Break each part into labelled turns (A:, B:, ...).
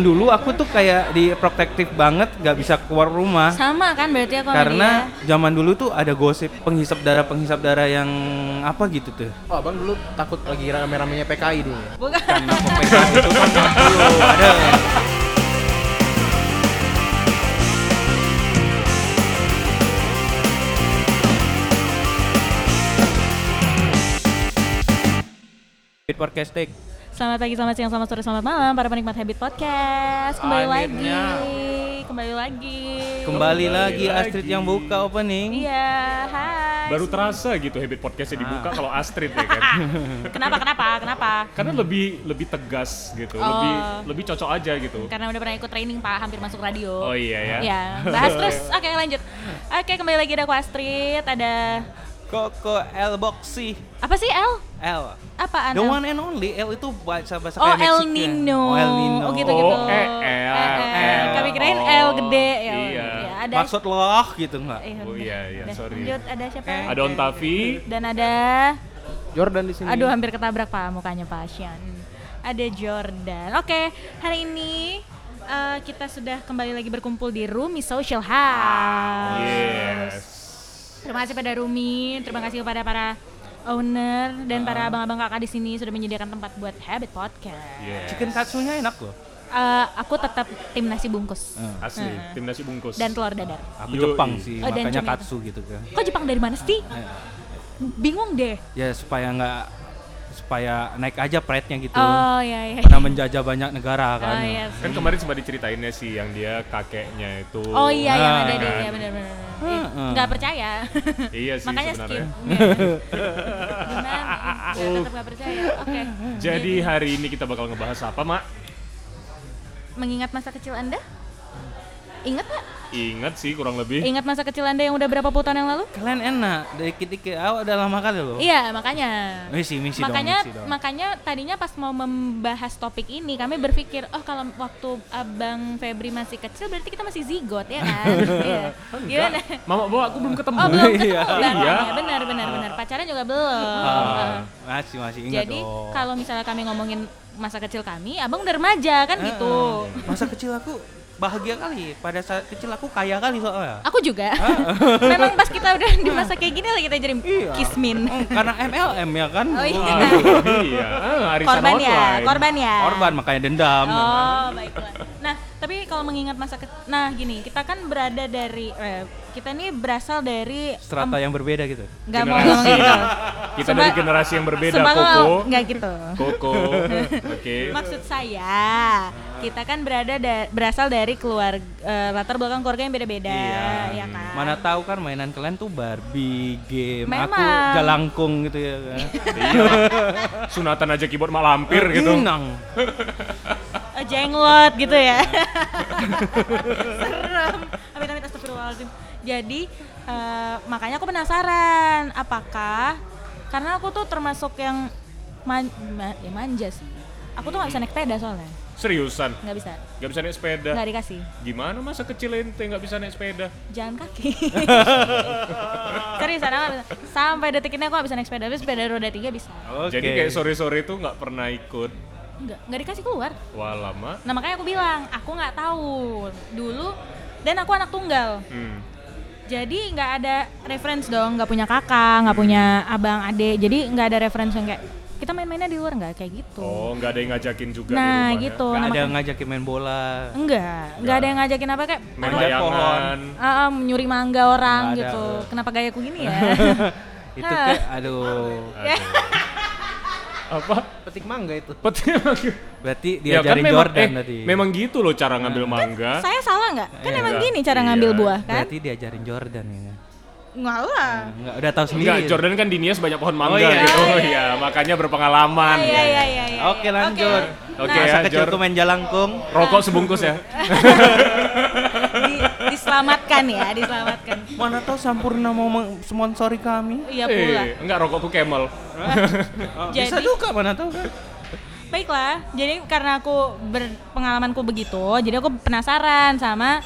A: Dulu aku tuh kayak di protektif banget, nggak bisa keluar rumah.
B: Sama kan berarti aku sama
A: Karena
B: dia.
A: zaman dulu tuh ada gosip penghisap darah penghisap darah yang apa gitu tuh.
C: Oh, abang dulu takut lagi rame-ramenya PKI dulu ya?
B: bukan
A: Karena PKI itu kan dulu ada. Fit Podcast Take.
B: Selamat pagi, selamat siang, selamat sore, selamat malam para penikmat Habit Podcast. Kembali
C: Akhirnya.
B: lagi. Kembali lagi.
A: Kembali lagi
D: lagi.
A: Astrid yang buka opening.
B: Iya, hai.
D: Baru terasa gitu habit podcastnya dibuka
B: Ah.
D: kalau Astrid ya kan.
B: Kenapa? Kenapa? Kenapa?
D: Karena lebih lebih tegas gitu,
B: Oh.
D: lebih lebih cocok aja gitu.
B: Karena udah pernah ikut training Pak, hampir masuk radio.
D: Oh iya ya.
B: Iya, bahas terus. Oke, lanjut. Oke, kembali lagi ada aku Astrid, ada
A: Koko L Boxy.
B: apa sih L?
A: L.
B: Apaan?
A: The
B: L?
A: one and only L itu bahasa bahasa
B: Oh,
A: kayak
B: El
A: Mexican.
B: Nino.
A: Oh, El Nino.
B: Oh, gitu-gitu.
D: Oh, eh, L, L.
B: Kami kirain
D: Oh,
B: L gede ya.
D: iya.
B: Ya, ada
A: Maksud loh gitu enggak?
B: Eh,
D: Oh,
B: udah.
D: iya, iya,
B: Udah.
D: sorry.
B: Lanjut ada siapa?
A: Eh.
D: Ada Ontavi,
B: Dan ada
C: Jordan di sini.
B: aduh hampir ketabrak Pak mukanya Pak Asian. Ada Jordan. Oke, hari ini eh, kita sudah kembali lagi berkumpul di Rumi Social House.
D: yes.
B: Terima kasih pada Rumi, terima kasih kepada para owner dan
D: Ah.
B: para abang-abang kakak di sini sudah menyediakan tempat buat Habit Podcast.
D: Yes.
A: Chicken katsunya enak loh.
B: Eh, aku tetap tim nasi bungkus
D: Asli, tim nasi bungkus.
B: dan telur dadar.
A: Aku
D: Yoi.
A: Jepang sih,
B: Oh, dan
A: makanya
B: Jepang.
A: katsu gitu kan.
B: Kok Jepang dari mana sih? Bingung deh.
A: Ya supaya nggak supaya naik aja pride-nya gitu.
B: Oh iya iya.
A: Karena menjajah banyak negara kan.
B: Oh iya. sih.
D: Kan kemarin sempat diceritainnya sih yang dia kakeknya itu.
B: Oh iya yang
A: Ah,
B: ada di
D: kan.
B: iya benar-benar.
A: Heeh.
B: Nggak percaya.
D: Iya sih
B: Makanya skip.
D: sebenarnya.
B: Iya. Gimana? Ya, tetap nggak percaya. Oke.
D: Jadi hari ini kita bakal ngebahas apa, Mak?
B: mengingat masa kecil Anda? Ingat nggak?
D: Ingat sih kurang lebih.
B: Ingat masa kecil Anda yang udah berapa puluh tahun yang lalu?
A: Kalian enak, dari dikit awal udah lama kali loh.
B: Iya, makanya.
A: Misi, misi dong,
B: makanya
A: misi dong.
B: makanya tadinya pas mau membahas topik ini kami berpikir oh kalau waktu Abang Febri masih kecil berarti kita masih zigot ya kan? Iya. Gimana?
D: Mama bawa aku belum ketemu.
B: Oh belum ketemu
A: Iya.
B: barang
D: Iya.
B: ya, benar benar benar. Pacaran juga belum.
A: Ah, masih masih
D: Iya
A: ingat
B: Jadi
A: dong.
B: kalau misalnya kami ngomongin masa kecil kami, abang udah remaja kan
D: Ah,
A: Eh,
B: gitu.
D: iya.
A: eh, Masa kecil aku bahagia kali. Pada saat kecil aku kaya kali soalnya.
B: Aku juga.
D: Ah.
B: Memang pas kita udah di masa kayak gini lagi kita jadi kismin.
A: Hmm, Karena MLM ya kan.
B: Oh iya.
A: Wah,
D: Ah, iya, ah, arisan
B: Korban ya,
D: online.
B: korban ya.
A: Korban makanya dendam.
B: Oh, baiklah. Nah, tapi kalau mengingat masa ke Nah, gini, kita kan berada dari eh, kita ini berasal dari
A: Strata yang berbeda gitu.
B: Enggak mau ngomong
D: generasi.
B: gitu.
D: Kita
B: Sumpah-
D: dari generasi yang berbeda,
B: sumpah gua
D: Koko.
B: Enggak gitu.
D: Koko. Oke.
B: Maksud saya, kita kan berada da- berasal dari keluarga latar belakang keluarga yang beda-beda, ya kan?
A: Iya. Mana tahu kan mainan kalian tuh Barbie game, aku
B: Memang. Iya.
A: jalangkung gitu ya kan.
D: Sunatan aja keyboard mak lampir gitu.
A: Inang.
B: Eh, jenglot gitu ya. Serem. Amit-amit astagfirullahaladzim. Jadi eh, makanya aku penasaran apakah karena aku tuh termasuk yang man- ma- ya manja sih. Aku tuh nggak bisa naik sepeda soalnya,
D: Seriusan,
B: nggak bisa,
D: nggak bisa naik sepeda.
B: nggak dikasih.
D: Gimana masa kecil ente nggak bisa naik sepeda?
B: Jalan kaki. Serius, anak sampai detik ini aku nggak bisa naik sepeda, tapi sepeda roda tiga bisa.
A: Oke.
D: Jadi kayak sore-sore itu nggak pernah ikut.
B: Nggak, nggak dikasih keluar.
D: Wah lama.
B: Nah makanya aku bilang, aku nggak tahu dulu. Dan aku anak tunggal.
D: Hmm.
B: Jadi nggak ada reference dong, nggak punya kakak, nggak punya abang, adik. Jadi nggak ada reference yang kayak kita main-mainnya di luar nggak kayak gitu.
D: Oh, nggak ada yang ngajakin juga
B: nah
D: di ya? rumah
B: gitu.
A: Nggak
B: Nah,
A: ada
B: maka-
A: ngajakin main bola.
B: Enggak, nggak ada yang ngajakin apa kayak
D: ya. Main
A: Ada
D: layangan.
B: "Ah, em, nyuri mangga orang
A: Nggak ada.
B: gitu. Kenapa gayaku gini ya?
A: Itu kayak aduh.
D: Aduh. Apa?
C: Petik mangga itu.
D: Petir
A: Berarti
D: Ya kan
A: diajarin
D: memang,
A: Jordan
D: eh,
A: tadi. Nah.
D: memang gitu loh cara ngambil mangga.
B: Saya salah nggak? Kan emang
D: nggak.
B: gini cara ngambil
D: Iya.
B: buah kan?
A: Berarti diajarin Jordan ya.
B: Nggak lah.
A: Enggak udah tahu sendiri.
D: Enggak, Jordan kan di Nias banyak pohon mangga
A: iya.
D: gitu. Oh iya, makanya berpengalaman.
B: Iya iya iya. iya,
A: Oke
B: iya.
A: lanjut.
D: Oke. Oke,
A: Masa
D: ya,
A: kecil
D: Jor.
A: tuh main jalangkung.
D: Rokok sebungkus ya.
B: Di- diselamatkan ya, diselamatkan.
A: Mana tahu Sampurna mau sponsori kami.
B: Iya pula.
D: Eh, enggak rokokku Camel.
A: Oh, Bisa
B: Jadi-
A: juga mana tahu kan.
B: Baiklah, jadi karena aku berpengalamanku begitu, jadi aku penasaran sama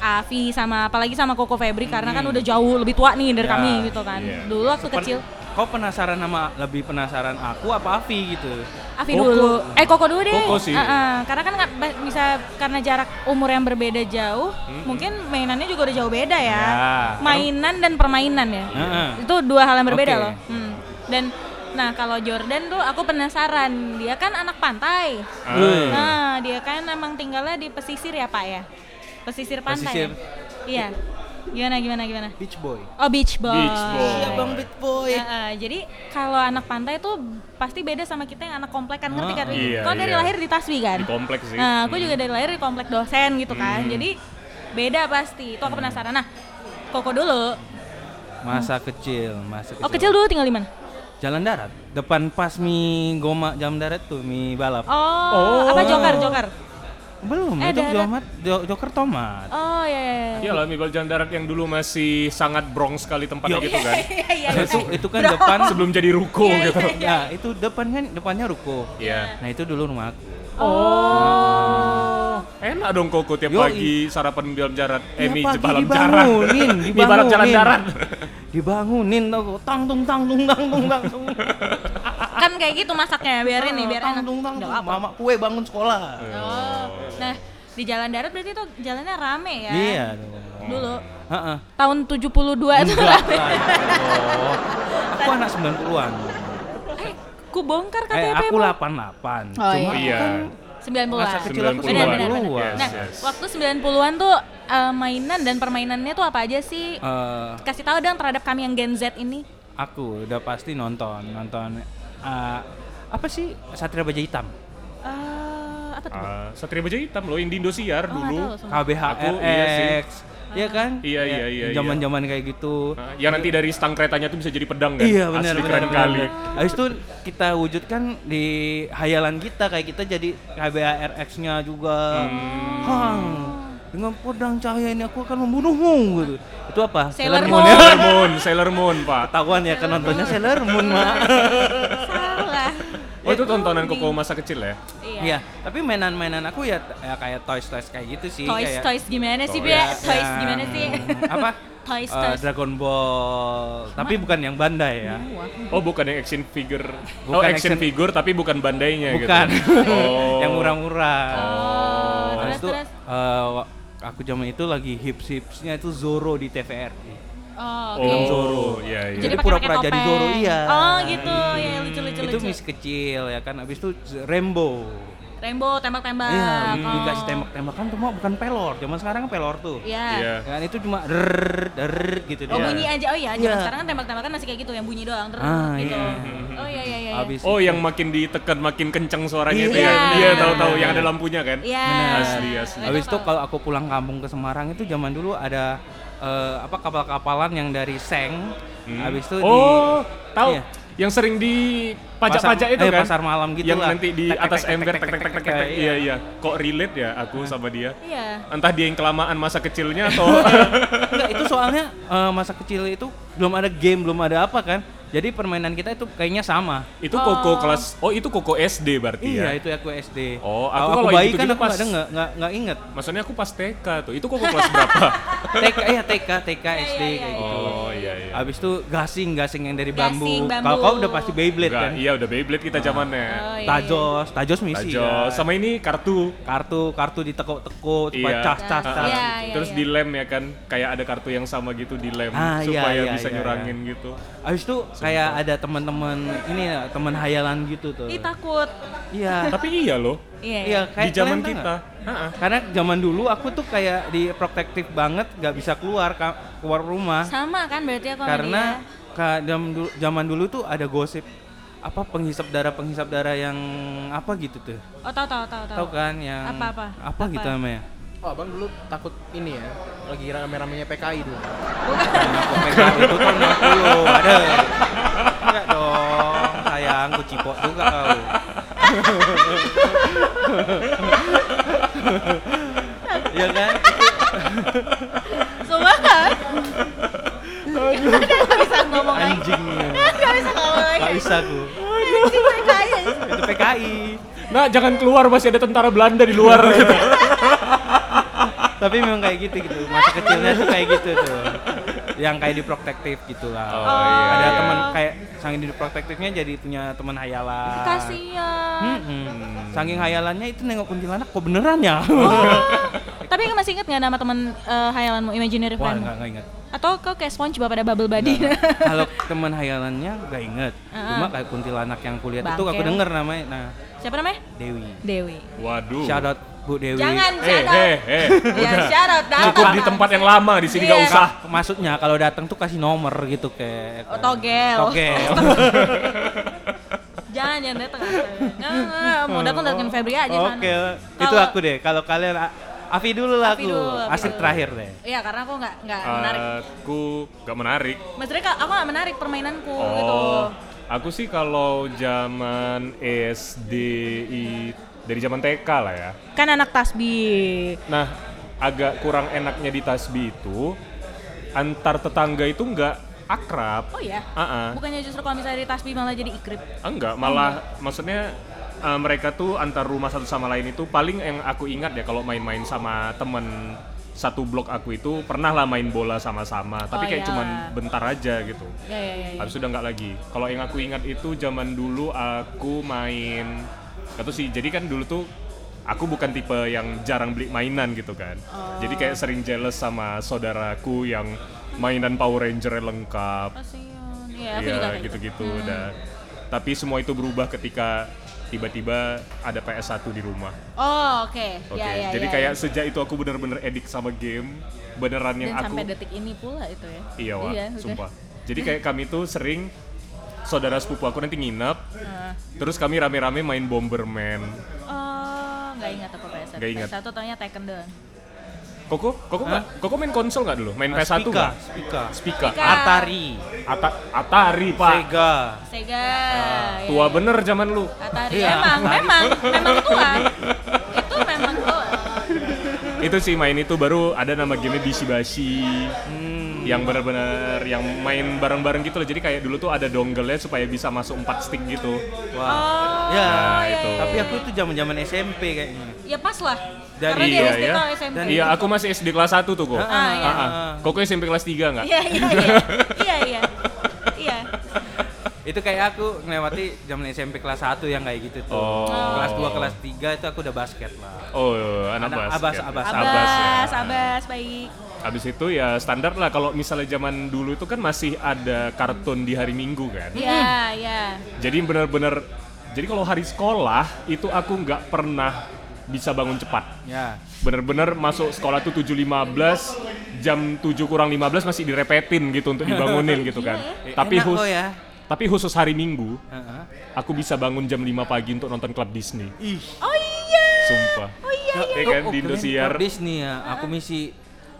B: Avi sama apalagi sama Koko Febri karena kan udah jauh lebih tua nih dari
A: Ya,
B: kami gitu kan.
D: Hmm. iya.
B: Dulu waktu kecil.
D: Pen-
A: kau penasaran sama lebih penasaran aku apa Avi gitu
B: Avi
D: Koko.
B: dulu. Eh Koko dulu deh.
D: Koko sih.
B: Heeh, karena kan nggak ba- bisa karena jarak umur yang berbeda jauh, mungkin mainannya juga udah jauh beda ya.
D: Hmm. Ya. Hmm.
B: Mainan dan permainan ya.
A: Heeh.
B: Itu dua hal yang berbeda
A: Oke.
B: loh. Hmm. Dan nah kalau Jordan tuh aku penasaran, dia kan anak pantai.
D: Ah.
B: Nah, dia kan emang tinggalnya di pesisir ya, Pak ya. Pesisir pantai.
A: Pesisir.
B: ya? Iya. Gimana gimana gimana?
C: Beach boy.
B: Oh, beach boy.
D: Beach boy.
A: Boy
B: Heeh, jadi kalau anak pantai tuh pasti beda sama kita yang anak komplek kan ngerti kan?
D: Heeh. Iya,
B: Kau dari
D: iya.
B: lahir di Taswi kan?
D: Di Hmm. kompleks sih.
B: Nah, aku juga dari lahir di komplek dosen gitu kan. Jadi beda pasti. Itu aku
D: Hmm.
B: penasaran. Nah, Koko dulu.
A: masa kecil masa kecil,
B: Oh, kecil dulu tinggal di mana?
A: jalan darat depan pas mie goma jam darat tuh mie balap
B: Oh,
D: Oh.
B: apa Joker, Joker.
A: belum
B: Eh,
A: itu
B: darat.
A: jomat jo- joker tomat
B: Oh, iya iya.
D: Iya lah, Mibal Jalan Darat yang dulu masih sangat bronx sekali tempatnya
A: Yo.
D: gitu kan.
B: Iya, iya, iya.
A: itu itu kan
B: Bro.
A: depan sebelum
D: Sebelum jadi ruko
B: Iya,
D: gitu.
A: ya itu depan kan depannya ruko
D: Iya.
A: nah itu dulu rumah aku
D: Oh. Enak dong Koko tiap
A: Yoi.
D: pagi sarapan di Balap Jarat. Eh,
A: Tiap
D: mie
A: Iya,
B: iya,
A: pagi
D: Balap Jarat.
A: dibangunin,
D: Mie Balap Jalan
A: dibangunin.
D: Darat.
A: dibangunin tau kok tang tung tang tung tang tung tang tung
B: Kan kayak gitu masaknya, biarin nih, biar
A: tang
B: enak.
A: tung tang
B: Nggak
A: tung
B: apa-apa.
A: mama kue bangun sekolah
B: Oh. Nah, di jalan darat berarti itu jalannya rame ya?
A: iya dong
B: Dulu
A: Heeh.
B: tahun 72 itu
A: Enggak
B: rame.
A: lah. Oh, aku anak 90-an.
B: Eh, ku bongkar KTP
A: Eh, aku
B: Bu.
A: 88.
B: Oh,
A: Cuma
D: iya.
A: aku kan
B: 90-an.
A: masa kecil aku
D: 90-an.
A: 90-an.
B: Benar, benar,
D: Yes,
B: Nah,
D: yes.
B: waktu 90-an tuh eh, mainan dan permainannya tuh apa aja sih?
A: Eh,
B: Kasih tahu dong terhadap kami yang Gen Z ini.
A: aku udah pasti nonton, nonton eh, apa sih Satria Baja Hitam? Kan
B: Eh, apa tuh?
D: Ah, Satria Baja Hitam loh, Indi Indosiar
B: Oh,
D: dulu.
A: Hmm?
B: nggak tahu, sumpah.
A: KBHRX.
D: Aku, iya sih.
A: Iya kan?
D: Iya, iya, iya, iya.
A: Zaman-zaman kayak gitu.
D: Ah, yang nanti dari stang keretanya tuh bisa jadi pedang kan?
A: Iya benar benar,
D: Asli keren
A: benar,
D: kali.
A: benar. Habis itu kita wujudkan di hayalan kita kayak kita jadi KBARX-nya juga.
D: Hmm.
A: Hang, dengan pedang cahaya ini aku akan membunuhmu gitu. Itu apa? ya?
B: Sailor Moon.
D: Sailor Moon, Sailor Moon, Pak.
A: Ketahuan ya kan nontonnya Sailor Moon,
B: Iya.
A: Mak.
B: Salah.
D: Oh, itu tontonan Koko masa kecil ya?
B: Iya.
A: Iya, tapi mainan-mainan aku ya, ya kayak toys-toys kayak gitu sih.
B: Toys,
A: kayak,
B: toys gimana sih, Bia?
A: Iya, Hmm.
B: Toys
A: yang-
B: gimana sih?
A: Apa?
B: Toys,
A: Eh,
B: toys.
A: Dragon Ball, tapi bukan yang Bandai ya.
B: Wah.
D: Oh, bukan yang action figure. oh,
A: Bukan
D: action,
A: action-
D: figure tapi bukan bandainya gitu.
A: Bukan.
D: Oh.
A: yang murah-murah.
B: Oh,
A: Nah,
B: terus
A: itu
B: terus.
A: eh, wa- aku zaman itu lagi hips-hipsnya itu Zoro di TVRI.
B: Oh, oke.
D: Oh, Zoro. Iya, iya.
A: Jadi
B: pakai
A: pura-pura
B: pakai
A: jadi
B: topeng.
A: Zoro, iya.
B: Oh, gitu. Ya, lucu-lucu
A: Itu
B: lucu.
A: mis kecil ya kan. Abis itu Z- Rainbow.
B: Rainbow tembak-tembak.
A: Iya,
B: Oh.
A: dikasih tembak-tembakan tuh mau bukan pelor. Zaman sekarang kan pelor tuh.
B: Iya.
D: Iya.
A: Kan itu cuma der der gitu
B: Oh
A: dia.
B: bunyi aja, oh iya, zaman
A: Iya.
B: sekarang kan tembak-tembakan masih kayak gitu, yang bunyi doang terus
A: Ah,
B: gitu.
A: iya.
B: Oh iya iya iya.
A: Abis
D: Oh,
A: itu-
D: yang makin ditekan makin kenceng suaranya itu
B: Iya,
D: ya.
B: benar.
D: Iya, tahu-tahu yang ada lampunya kan?
B: Iya.
A: Benar.
D: Asli, asli.
A: Habis itu kalau aku pulang kampung ke Semarang itu zaman dulu ada eh, apa kapal-kapalan yang dari Seng.
B: Hmm.
A: Habis itu di
D: Oh, tahu
A: Iya.
D: yang sering di pajak-pajak
A: Pasar-
D: itu
A: eh,
D: kan?
A: pasar malam gitu
D: Yang
A: lah.
D: nanti di
A: Tek, tek,
D: atas
A: tek, tek,
D: ember
A: tek,
D: tek tek
A: tek,
D: tek tek.
A: tek,
D: tek.
A: iya.
D: Iya, iya. Kok relate ya aku sama dia?
B: Iya.
D: Entah dia yang kelamaan masa kecilnya atau eh,
A: Enggak, itu soalnya eh, masa kecil itu belum ada game, belum ada apa kan. Jadi permainan kita itu kayaknya sama.
D: itu koko kelas Oh, itu koko SD berarti ya.
A: Iya, itu aku SD. Kalau
D: Oh, aku kalau
A: aku
D: yang
A: bayi kan
D: gitu-gitu
A: aku
D: pas-
A: ada nggak nggak nggak inget.
D: Maksudnya aku pas TK tuh. Itu koko kelas berapa?
A: TK ya TK TK
B: Iya,
A: SD kayak gitu.
D: oh, iya iya.
A: Abis itu gasing gasing yang dari bambu.
B: Gasing, bambu.
A: Kalau kau udah pasti Beyblade
D: Enggak,
A: kan.
D: iya udah Beyblade kita zamannya.
B: Oh, iya,
A: Tajos, tajos misi.
D: Ajo,
A: ya.
D: sama ini kartu.
A: kartu kartu ditekuk-tekuk, coba
D: Iya.
A: cas cas
B: Nah,
A: cas.
B: iya.
D: Terus
B: iya.
D: dilem ya kan, kayak ada kartu yang sama gitu dilem
A: Ah, iya,
D: supaya
A: iya,
D: bisa
A: iya,
D: nyurangin gitu.
A: Abis itu kayak ada teman-teman ini ya, teman hayalan gitu tuh.
B: Ih takut.
A: Iya.
D: Tapi iya loh,
B: Iya.
A: Iya,
D: di
A: kayak
D: zaman
A: kalian tau
D: kita.
A: nggak?
D: Ha-ha.
A: Karena zaman dulu aku tuh kayak di protektif banget, nggak bisa keluar ka- keluar rumah
B: Sama kan berarti aku sama
A: karena
B: dia.
A: ka- jam du- zaman dulu tuh ada gosip apa penghisap darah penghisap darah yang apa gitu tuh.
B: Oh tahu tahu tahu tahu.
A: Tahu kan yang
B: Apa, apa?
A: apa gitu
B: Apa?
A: namanya?
C: Oh, abang dulu takut ini ya, lagi rame-ramenya PKI dulu.
A: Aku pegang itu tahun 60, ada. Enggak dong, sayang, aku cipok juga kau. Iya kan?
B: Semua. Udah gak bisa ngomong lagi.
A: Anjingnya.
B: Gak bisa ngomong lagi.
A: Gak bisa aku.
B: Anjing mereka aja.
A: Itu PKI.
D: Nah, jangan keluar masih ada tentara Belanda di luar gitu.
A: Tapi memang kayak gitu gitu. Masa kecilnya tuh kayak gitu tuh. yang kayak di protektif gitulah.
D: Oh,
B: Oh,
D: iya.
A: Ada
D: iya.
A: teman kayak saking di protektifnya jadi punya teman hayalan.
B: Kasian.
A: Mm-mm. Saking hayalannya itu nengok kuntilanak kok beneran ya?
B: Oh, Tapi kamu masih inget nggak nama teman eh, hayalanmu,
A: Wah,
B: imaginary friend?
A: enggak enggak ingat.
B: Atau kau kayak SpongeBob ada bubble buddy?
A: Kalau teman hayalannya enggak inget. Cuma kayak kuntilanak yang kulihat itu aku
B: Bangkel.
A: denger namanya. Nah,
B: Siapa namanya?
A: Dewi.
B: Dewi.
D: Waduh.
A: Shout out Bu Dewi.
B: Jangan
D: Eh,
B: shout out.
D: eh, eh.
B: Ya,
D: Udah.
B: shout out, datang.
D: Cukup di tempat yang lama di sini nggak
B: Iya.
D: usah.
A: Ah, Maksudnya kalau datang tuh kasih nomor gitu kayak
B: Oh, togel.
A: Togel.
B: Jangan jangan datang. Nggak, nggak, nggak. mau datang datangin Febri aja sana.
A: Oke, itu
B: Kalau-
A: aku deh. Kalau kalian A- Afi dulu lah
B: Afi
A: aku.
B: dulu, Afi
A: Asik
B: dulu.
A: terakhir deh.
B: Iya, karena aku nggak nggak
D: Ah.
B: menarik.
D: Aku nggak menarik.
B: Maksudnya kak, aku nggak menarik permainanku gitu.
D: Oh, aku sih kalau zaman SD i- dari zaman TK lah ya.
B: Kan anak tasbih.
D: Nah, agak kurang enaknya di tasbih itu antar tetangga itu nggak akrab.
B: Oh iya.
D: Ah, ah.
B: Bukannya justru kalau misalnya di tasbih malah jadi ikrip.
D: Enggak, malah maksudnya eh, mereka tuh antar rumah satu sama lain itu paling yang aku ingat ya kalau main-main sama temen satu blok aku itu pernah lah main bola sama-sama, tapi
B: Oh,
D: kayak
B: iya.
D: cuman bentar aja gitu.
B: Ya ya ya. ya.
D: Habis itu udah nggak lagi. Kalau yang aku ingat itu zaman dulu aku main gak tau sih. Jadi kan dulu tuh aku bukan tipe yang jarang beli mainan gitu kan.
B: Oh.
D: Jadi kayak sering jealous sama saudaraku yang mainan Power Ranger lengkap.
B: Kasian. Iya, aku juga
D: Iya
B: kayak gitu.
D: gitu-gitu udah. Tapi semua itu berubah ketika tiba-tiba ada PS1 di rumah.
B: Oh, oke.
D: Oke.
B: Ya, ya,
D: Jadi
B: ya,
D: kayak
B: ya.
D: sejak itu aku bener-bener edik sama game, beneran yang
B: dan
D: aku
B: sampai detik ini pula itu ya.
D: Iya, Wak,
B: udah.
D: sumpah. Jadi kayak kami tuh sering saudara sepupu aku nanti nginep,
B: Heeh.
D: terus kami rame-rame main Bomberman.
B: Oh, nggak ingat aku PS1.
D: Nggak ingat.
B: PS1 taunya Tekken doang.
D: Koko, Koko
A: Hah? Ah,
D: nggak? Koko main konsol nggak dulu? Main PS1
A: Spika,
D: nggak?
A: Spika.
D: Spika.
B: Spika.
A: Atari,
D: Ata- Atari, Pak.
A: Sega.
B: Sega. ya,
D: Ah,
B: ya.
D: Tua bener zaman lu.
B: Atari.
A: Iya,
B: Memang,
A: Atari.
B: memang, memang tua. itu memang tua.
D: Itu sih main itu baru ada nama gamenya Bishibashi. Yang bener-bener yang main bareng-bareng gitu loh. Jadi kayak dulu tuh ada dongle-nya supaya bisa masuk 4 stick gitu.
A: Wah.
B: Oh,
A: Ya,
D: Nah,
B: iya,
D: itu.
B: iya.
A: Tapi aku itu zaman-zaman SMP kayaknya.
B: ya pas lah.
A: Dan
B: Karena
D: iya,
B: dia SD
D: ya.
B: atau SMP.
A: Dan
D: Iya, aku masih SD kelas 1 tuh, Kok.
B: Ah, iya.
D: Koko SMP kelas 3 nggak?
B: Iya, iya, iya. Iya, iya. Iya.
A: Itu kayak aku ngelewati zaman SMP kelas 1 yang kayak gitu tuh.
D: Oh.
A: Kelas 2, kelas 3 itu aku udah basket lah.
D: Oh, anak,
A: Anak
D: basket.
A: abas, abas.
D: Abas, ya.
B: Abas, abas, baik.
D: Abis itu ya standar lah kalau misalnya zaman dulu itu kan masih ada kartun di hari Minggu kan.
B: Iya, iya.
D: Jadi benar-benar jadi kalau hari sekolah itu aku nggak pernah bisa bangun cepat.
A: Ya.
D: Bener-bener masuk sekolah tuh 7.15, jam 7 kurang 15 masih direpetin gitu untuk dibangunin gitu kan.
A: ya.
D: Tapi
A: Enak
D: khusus
A: kok ya.
D: tapi khusus hari Minggu
A: Heeh.
D: aku bisa bangun jam 5 pagi untuk nonton klub Disney.
A: Ih.
B: Oh iya.
D: Sumpah.
B: Oh iya.
D: Ya
A: Tuh,
D: kan
A: oh,
D: di
A: keren.
D: Indosiar.
A: Klub Disney ya. Aku misi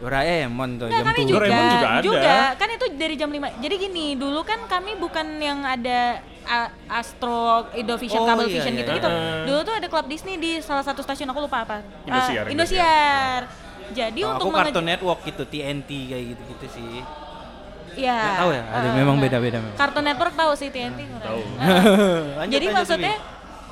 A: Doraemon tuh
B: Nah,
A: jam
B: kami
A: 7.
B: juga,
D: Doraemon juga ada.
B: Kan itu dari jam 5. Jadi gini, dulu kan kami bukan yang ada A- Astro, Indovision,
A: Oh,
B: Kabel
A: iya,
B: Vision
A: iya.
B: gitu-gitu.
D: Heeh.
B: Dulu tuh ada klub Disney di salah satu stasiun aku lupa apa. Eh,
D: Indosiar, Indosiar.
B: Indosiar. Jadi
A: Oh, aku
B: untuk mengejar-
A: Cartoon Network gitu, TNT kayak gitu-gitu sih.
B: Iya.
A: Nggak tahu ya, ada
B: Eh,
A: memang
B: eh.
A: beda-beda memang.
B: Kartun Network tahu sih TNT. kurang.
D: Tahu.
B: Eh,
A: Lanjut,
B: Jadi
A: lanjut,
B: maksudnya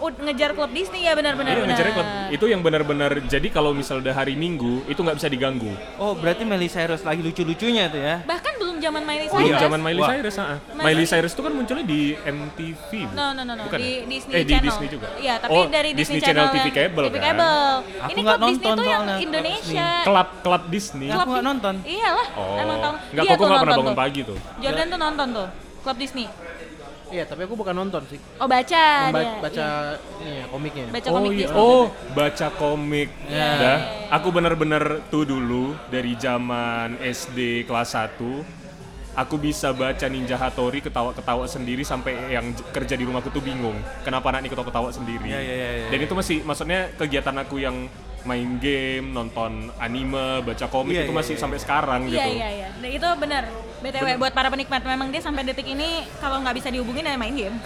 B: ud- ngejar klub Disney ya benar-benar.
D: Iya, ngejarnya klub.
B: benar.
D: Itu yang benar-benar jadi kalau misalnya udah hari Minggu itu nggak bisa diganggu.
A: Oh, berarti Miley Cyrus lagi lucu-lucunya tuh ya.
B: Bahkan belum zaman Miley
D: Belum
B: Cyrus.
D: Iya, zaman Miley
A: Wah.
D: Cyrus, ah.
B: Oh, iya. Miley-
D: Miley Cyrus itu kan munculnya di MTV. bu-
B: No, no, no, no.
D: bukan
B: di
D: ya?
B: Disney
D: eh,
B: Channel.
D: di Disney juga.
B: Iya, tapi
D: Oh,
B: dari Disney,
D: TV
B: yang-
D: Cable
B: TV
D: kan.
B: Cable.
A: Aku
B: Ini
A: nggak
B: klub Disney
A: nonton
B: tuh yang
A: soalnya klub
B: Indonesia.
D: Klub klub Disney.
A: Aku nggak nonton.
B: Iyalah,
D: Oh.
B: emang tahun.
D: Nggak,
B: Dia tuh
D: kok nggak pernah
B: nonton
D: bangun
B: tuh.
D: pagi tuh.
B: Jordan tuh nonton tuh, klub Disney.
C: Iya, tapi aku bukan nonton sih.
B: Oh baca
C: Memba-
B: dia.
C: baca
B: iya.
C: ini ya, komiknya.
B: baca
D: oh
B: komik gitu.
D: iya,
B: Disney.
D: oh baca komik. Dah, aku bener-bener tuh dulu dari zaman SD kelas 1 aku bisa baca Ninja Hattori ketawa-ketawa sendiri sampai yang j- kerja di rumahku tuh bingung kenapa anak ini ketawa-ketawa sendiri.
A: Iya, iya, iya, iya.
D: Dan itu masih maksudnya kegiatan aku yang main game, nonton anime, baca komik
A: Iya,
D: itu
A: iya,
D: masih
A: iya,
D: sampai sekarang
B: Iya
D: gitu.
B: iya iya. Nah, itu benar. BTW buat para penikmat memang dia sampai detik ini kalau nggak bisa dihubungin ya main game.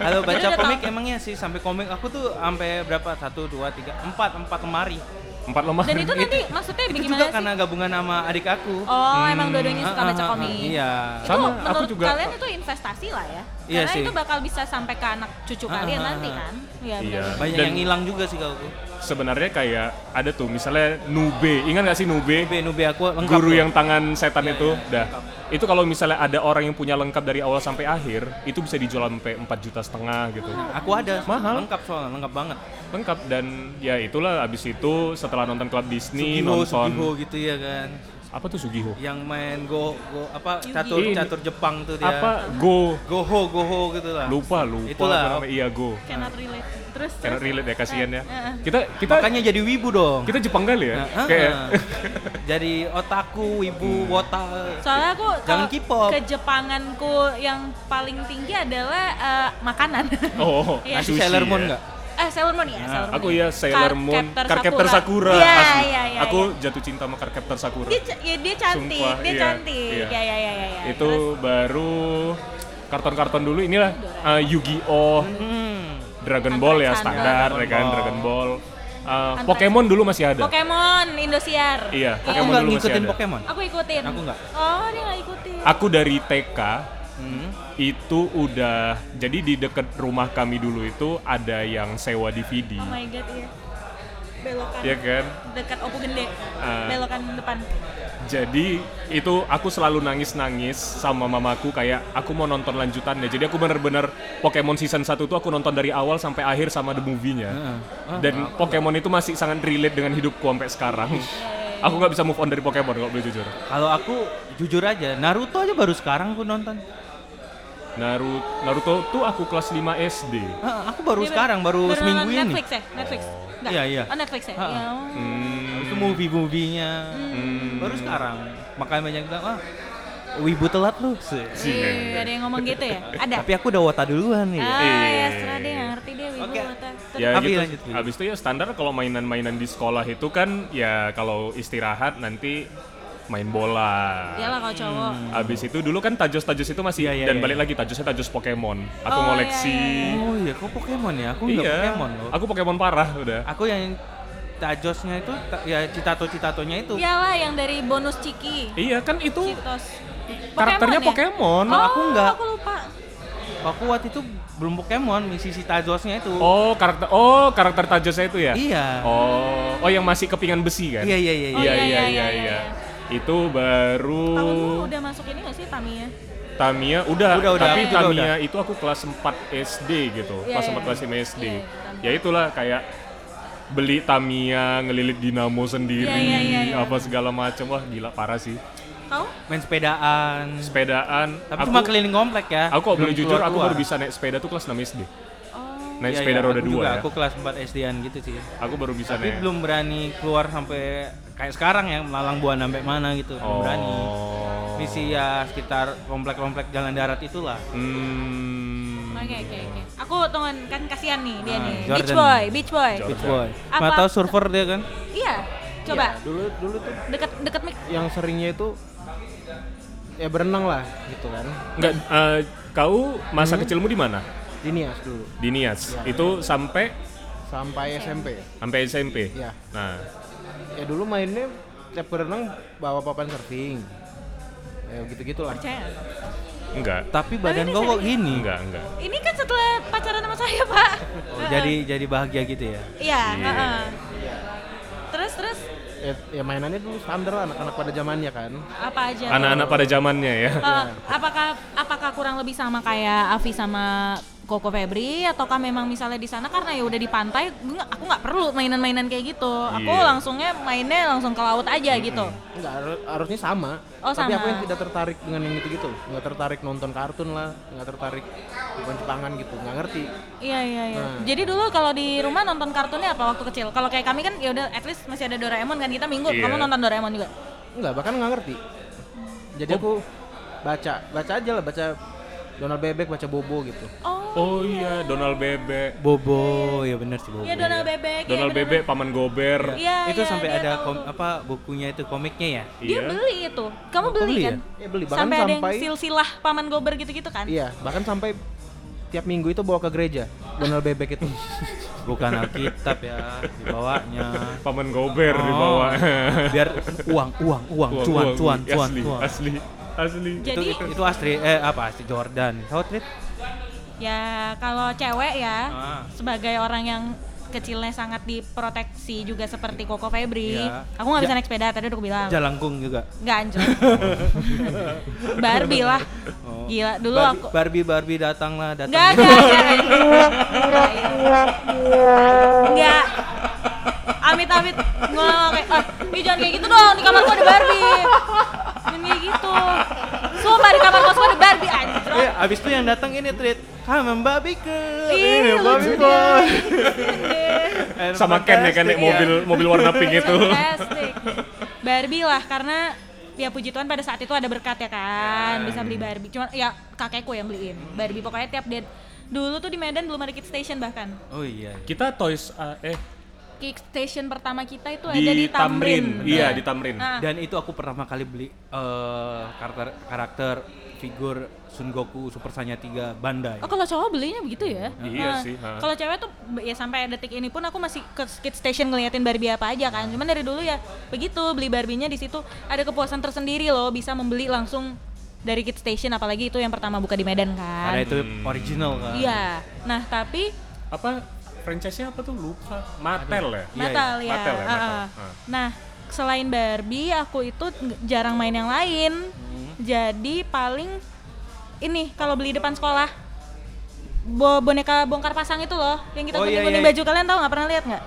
A: Kalau
B: Jadi
A: baca
B: udah
A: komik
B: tahu.
A: emangnya sih sampai komik aku tuh sampai berapa? Satu, dua, tiga, empat, empat lemari.
D: Empat lemah.
B: Dan itu nanti maksudnya
A: Itu
B: gimana
A: juga
B: sih?
A: karena gabungan sama adik aku.
B: Oh, emang dua-duanya suka
A: Ah,
B: baca
A: ah, ah,
B: komik.
A: Iya.
B: Itu
D: Sama, aku
B: menurut
D: juga.
B: kalian itu investasi lah ya.
A: Iya
B: Karena
A: sih.
B: itu bakal bisa sampai ke anak cucu
A: Ah,
B: kalian
A: ah,
B: nanti
A: ah.
B: kan. Iya.
D: Iya.
B: benar.
A: Banyak
D: Dan-
A: yang hilang juga sih kalau aku.
D: sebenarnya kayak ada tuh misalnya Nube. Ingat gak sih Nube?
A: Nube Nube aku lengkap.
D: Guru
A: tuh. Iya,
D: yang tangan setan itu, dah. Itu kalau misalnya ada orang yang punya lengkap dari awal sampai akhir, itu bisa dijual sampai 4 juta setengah gitu.
A: aku ada mahal lengkap soalnya lengkap banget.
D: Lengkap dan ya itulah abis itu setelah nonton klub Disney,
A: Sugiho,
D: nonton
A: Sugiho gitu ya kan.
D: apa tuh Sugiho?
A: Yang main go go apa catur
D: Ini-
A: catur Jepang tuh dia.
D: Apa Go?
A: Goho goho gitu lah.
D: Lupa lupa
A: Itulah.
D: apa namanya iya Go.
B: Cannot relate. Terus terus.
D: Karena
B: Eh,
D: relate ya kasihan ya.
B: Heeh.
D: Kita kita
A: Makanya jadi wibu dong.
D: kita Jepang kali ya.
A: Nah,
D: Kayak Hmm.
A: ah. jadi otaku, wibu, wota.
B: Soalnya aku
A: Jangan
B: kalau
A: K-pop.
B: kejepanganku yang paling tinggi adalah eh, makanan.
D: oh,
B: Iya.
A: Nasi
D: sushi
A: Sailor Moon
D: ya.
A: nggak?
B: eh Sailor Moon ya, Sailor Moon.
D: Aku ya Sailor Moon, Cardcaptor Sakura.
B: Iya,
D: asli.
B: iya, iya.
D: Aku
B: iya.
D: jatuh cinta sama Cardcaptor Sakura.
A: Iya,
B: dia, ca- ya, dia cantik,
D: Sumpah,
B: dia
D: iya,
B: cantik.
D: iya.
B: Ya, ya, ya, ya, ya.
D: Itu baru karton-karton dulu inilah eh, Yu-Gi-Oh,
A: Hmm.
D: Dragon Ball ya
B: Hunter x Hunter.
D: standar ya kan Dragon Ball. Eh, Pokemon dulu masih ada.
B: Pokemon Indosiar.
D: Iya,
A: Aku
D: Pokemon
A: nggak
D: dulu masih
A: ngikutin
D: ada.
A: Pokemon.
B: Aku ikutin.
A: Aku nggak.
B: Oh, dia nggak ikutin.
D: Aku dari TK
A: Hmm.
D: itu udah jadi di deket rumah kami dulu itu ada yang sewa DVD
B: Oh my god, iya. Belokan.
D: ya kan
B: Dekat Opu Gende.
D: Ah.
B: Belokan depan.
D: jadi itu aku selalu nangis nangis sama mamaku kayak aku mau nonton lanjutannya jadi aku bener-bener Pokemon season 1 tuh aku nonton dari awal sampai akhir sama the movie-nya
A: Heeh. Ah,
D: dan Pokemon itu masih sangat relate dengan hidupku sampai sekarang aku nggak bisa move on dari Pokemon kalau boleh jujur
A: Kalau aku jujur aja, Naruto aja baru sekarang aku nonton.
D: Naruto Naruto tuh aku kelas 5 SD
A: Ah, aku baru
B: Dia ber-
A: sekarang, baru
B: berenang
A: seminggu ini.
B: Netflix ya? Netflix. Nggak.
A: Iya, iya.
B: Oh, Netflix ya?
A: Ah, ah.
B: Ya, oh.
D: Hmm.
A: Itu movie-movienya. Baru sekarang. Makanya banyak yang bilang, ah, wibu telat lu. Se-
D: Sih, kan?
B: Eh, ada yang ngomong gitu ya? Ada.
A: Tapi aku udah wota duluan nih.
B: Ah,
D: Iya.
B: ya, setelah dia ngerti deh, Wibu
A: Oke.
B: mata. Terus-
D: ya
A: Tapi
D: gitu.
A: lanjut dulu.
D: Habis itu ya standar kalau mainan-mainan di sekolah itu kan ya kalau istirahat nanti main bola.
B: Iyalah kalau cowok.
A: Hmm.
D: Habis itu dulu kan tajos-tajos itu masih
A: Iya, iya,
D: dan
A: iya.
D: balik lagi tajosnya tajos Pokemon. Aku
B: Oh,
D: ngoleksi.
A: Oh iya, kok Pokemon ya? Aku nggak Pokemon loh.
D: Iya. Aku Pokemon parah udah.
A: Aku yang tajosnya itu, ta- ya citato-citatonya itu.
B: Iyalah yang dari bonus Ciki.
D: Iya kan itu
B: Citos.
D: karakternya
B: ya?
D: Pokemon.
B: Oh,
A: Aku nggak.
B: Aku lupa.
A: Aku waktu itu belum Pokemon, misi si tajosnya itu.
D: Oh, karakter oh karakter tajosnya itu ya?
A: Iya.
D: Oh, oh yang masih kepingan besi kan?
A: Iya, iya, iya.
B: Oh,
A: iya.
D: Iya,
B: iya,
D: iya,
B: iya,
D: iya,
B: iya.
D: iya. Itu baru
B: Tahunmu
A: Oh.
B: udah masuk ini nggak sih ya? Tamiya?
D: Tamiya udah,
A: Udah, udah,
D: tapi
A: aku juga
D: Tamiya itu aku kelas 4 SD gitu.
B: Iya,
D: kelas
B: iya.
D: 4 kelas 5 SD.
B: Iya, iya,
D: ya itulah kayak beli Tamiya, ngelilit dinamo sendiri,
B: Iya, iya, iya, iya.
D: apa segala macam. Wah, gila parah sih.
B: Kau?
A: Main sepedaan.
D: Sepedaan.
A: Tapi
D: aku
A: cuma keliling komplek ya.
D: aku kalau
A: Belum
D: boleh jujur aku
A: keluar-keluar.
D: baru bisa naik sepeda tuh kelas 6 SD.
B: Oh.
D: Naik
A: Iya,
D: sepeda
A: iya,
D: roda
A: aku
D: 2
A: juga,
D: ya.
A: Aku kelas 4 SD-an gitu sih.
D: Aku baru bisa
A: Tapi
D: naik.
A: belum berani keluar sampai kayak sekarang ya melalang buana sampai mana gitu. Belum
D: Oh.
A: berani. Misi ya sekitar komplek-komplek jalan darat itulah.
D: Hmm.
B: Oke oke oke. Aku tongan kan kasihan nih dia
A: Ah,
B: nih.
A: Jordan.
B: Beach boy, beach boy.
D: Jordan.
A: Beach boy.
B: Apa-
A: Mata surfer dia kan?
B: Iya. Coba
C: Dulu dulu tuh
B: dekat dekat mic.
C: yang seringnya itu ya berenang lah gitu kan.
D: Enggak eh, kau
A: Hmm?
D: masa kecilmu di mana?
C: Di Nias dulu
D: Di Nias.
A: Iya.
D: Itu sampai
B: Iya.
C: sampai SMP.
D: sampai SMP.
C: Iya.
D: Nah,
C: Ya dulu mainnya tiap berenang bawa papan surfing. Ya gitu-gitulah.
B: Percaya. nggak?
D: enggak.
A: Tapi badan kau kok gini.
D: Enggak, enggak.
B: Ini kan setelah pacaran sama saya, Pak.
A: Oh, jadi jadi bahagia gitu ya.
B: Iya,
D: Iya.
B: heeh. Terus terus
C: Ya, ya mainannya dulu standar lah anak-anak pada zamannya kan.
A: Iya.
B: apa aja? tuh?
D: Anak-anak pada zamannya ya.
B: Eh, apakah apakah kurang lebih sama kayak Avi sama Koko Febri ataukah memang misalnya di sana karena ya udah di pantai gue nggak- aku nggak perlu mainan-mainan kayak gitu aku
D: Iya.
B: langsungnya mainnya langsung ke laut aja gitu
C: Enggak, har- harusnya sama.
B: Oh,
C: Tapi aku
B: sama.
C: yang tidak tertarik dengan yang gitu-gitu. Enggak tertarik nonton kartun lah, enggak tertarik bukan tangan gitu, enggak ngerti.
B: iya iya iya
D: Nah.
B: jadi dulu kalau di rumah nonton kartunnya apa waktu kecil kalau kayak kami kan ya udah at least masih ada Doraemon kan kita minggu
D: Iya.
B: kamu nonton Doraemon juga
C: Enggak, bahkan enggak ngerti. Jadi aku baca, baca aja lah, baca Donald Bebek, baca Bobo gitu.
B: oh
D: Oh iya, Donald Bebek.
A: Bobo, ya bener sih Bobo.
B: iya Donald Bebek iya,
D: Oh, Donald
B: bener-
D: Bebek, Paman Gober.
B: iya
A: itu
B: iya,
A: sampai
B: dia
A: ada
B: tahu
A: kom-
B: tuh.
A: apa bukunya itu komiknya ya?
B: dia
D: Iya.
B: beli itu kamu beli
A: beli
B: kan
C: Ya beli bahkan
B: sampai, ada
C: sampai,
B: yang silsilah paman gober gitu-gitu kan
C: Iya, bahkan sampai tiap minggu itu bawa ke gereja Donald Bebek itu.
A: Bukan Alkitab ya dibawanya.
D: Paman Gober
A: Oh.
D: di bawah.
A: Biar uang uang uang
D: Uang,
A: cuan
D: uang.
A: cuan cuan
D: asli,
A: cuan.
D: asli, asli.
A: Itu,
B: jadi
A: itu, itu Astri eh apa Astri Jordan. How treat?
B: Ya kalau cewek ya
A: Ah.
B: sebagai orang yang kecilnya sangat diproteksi juga seperti Koko Febri.
A: Iya.
B: Aku nggak bisa
A: Ja-
B: naik sepeda tadi udah aku bilang.
A: Jalangkung juga.
B: Nggak anjir. Barbie lah. Gila dulu
A: Oh. Barbie,
B: aku
A: Barbie Barbie datanglah datang.
B: Enggak, enggak, enggak. Enggak. Amit-amit ngomong kayak, "Eh, nih jangan kayak gitu dong, di kamar gua ada Barbie." Jangan kayak gitu. Sumpah di kamar gua semua ada Barbie, anjir.
A: Eh, abis itu yang datang ini treat. Kamen Barbie girl.
B: Ih,
A: ini Eh, Barbie
B: Iya, lucu
A: boy.
B: deh.
A: And
D: Sama Ken ya kan naik
A: fantastic.
D: mobil
B: Iya.
D: mobil warna Iya. pink itu.
B: Fantastic. Barbie lah karena ya puji Tuhan pada saat itu ada berkat ya kan bisa beli Barbie cuman ya kakekku yang beliin Barbie pokoknya tiap dia dulu tuh di Medan belum ada Kick Station bahkan
A: Oh iya.
D: Kita Toys R- eh
B: Kick Station pertama kita itu Oh,
D: di,
B: ada di
D: Tamrin.
B: Tamrin,
D: Iya, di Tamrin.
B: Nah,
A: Dan itu aku pertama kali beli eh, karakter karakter figur Sun Goku Super Saiyan 3 Bandai.
B: Oh kalau cowok belinya begitu ya?
D: Iya
B: Nah,
D: sih, ha.
B: Kalau cewek tuh b- ya sampai detik ini pun aku masih ke skate station ngeliatin Barbie apa aja
D: Nah.
B: kan. Cuman dari dulu ya begitu beli Barbie-nya di situ ada kepuasan tersendiri loh bisa membeli langsung dari kid station apalagi itu yang pertama buka di Medan
A: Karena
B: kan.
A: itu original kan.
B: Iya. Nah, tapi
D: Apa franchise-nya apa tuh lupa. Mattel ya.
A: Iya,
B: Natal
D: iya.
B: ya.
D: Mattel ya,
B: Ah,
D: Mattel.
B: ah.
D: Ah.
B: Nah, selain Barbie, aku itu nge- jarang main yang lain.
A: Hmm.
B: Jadi paling ini kalau beli depan sekolah bo- boneka bongkar pasang itu loh yang kita
A: Oh, iya,
B: gunting-gunting
A: iya. Oh,
B: baju kalian tahu nggak pernah lihat nggak?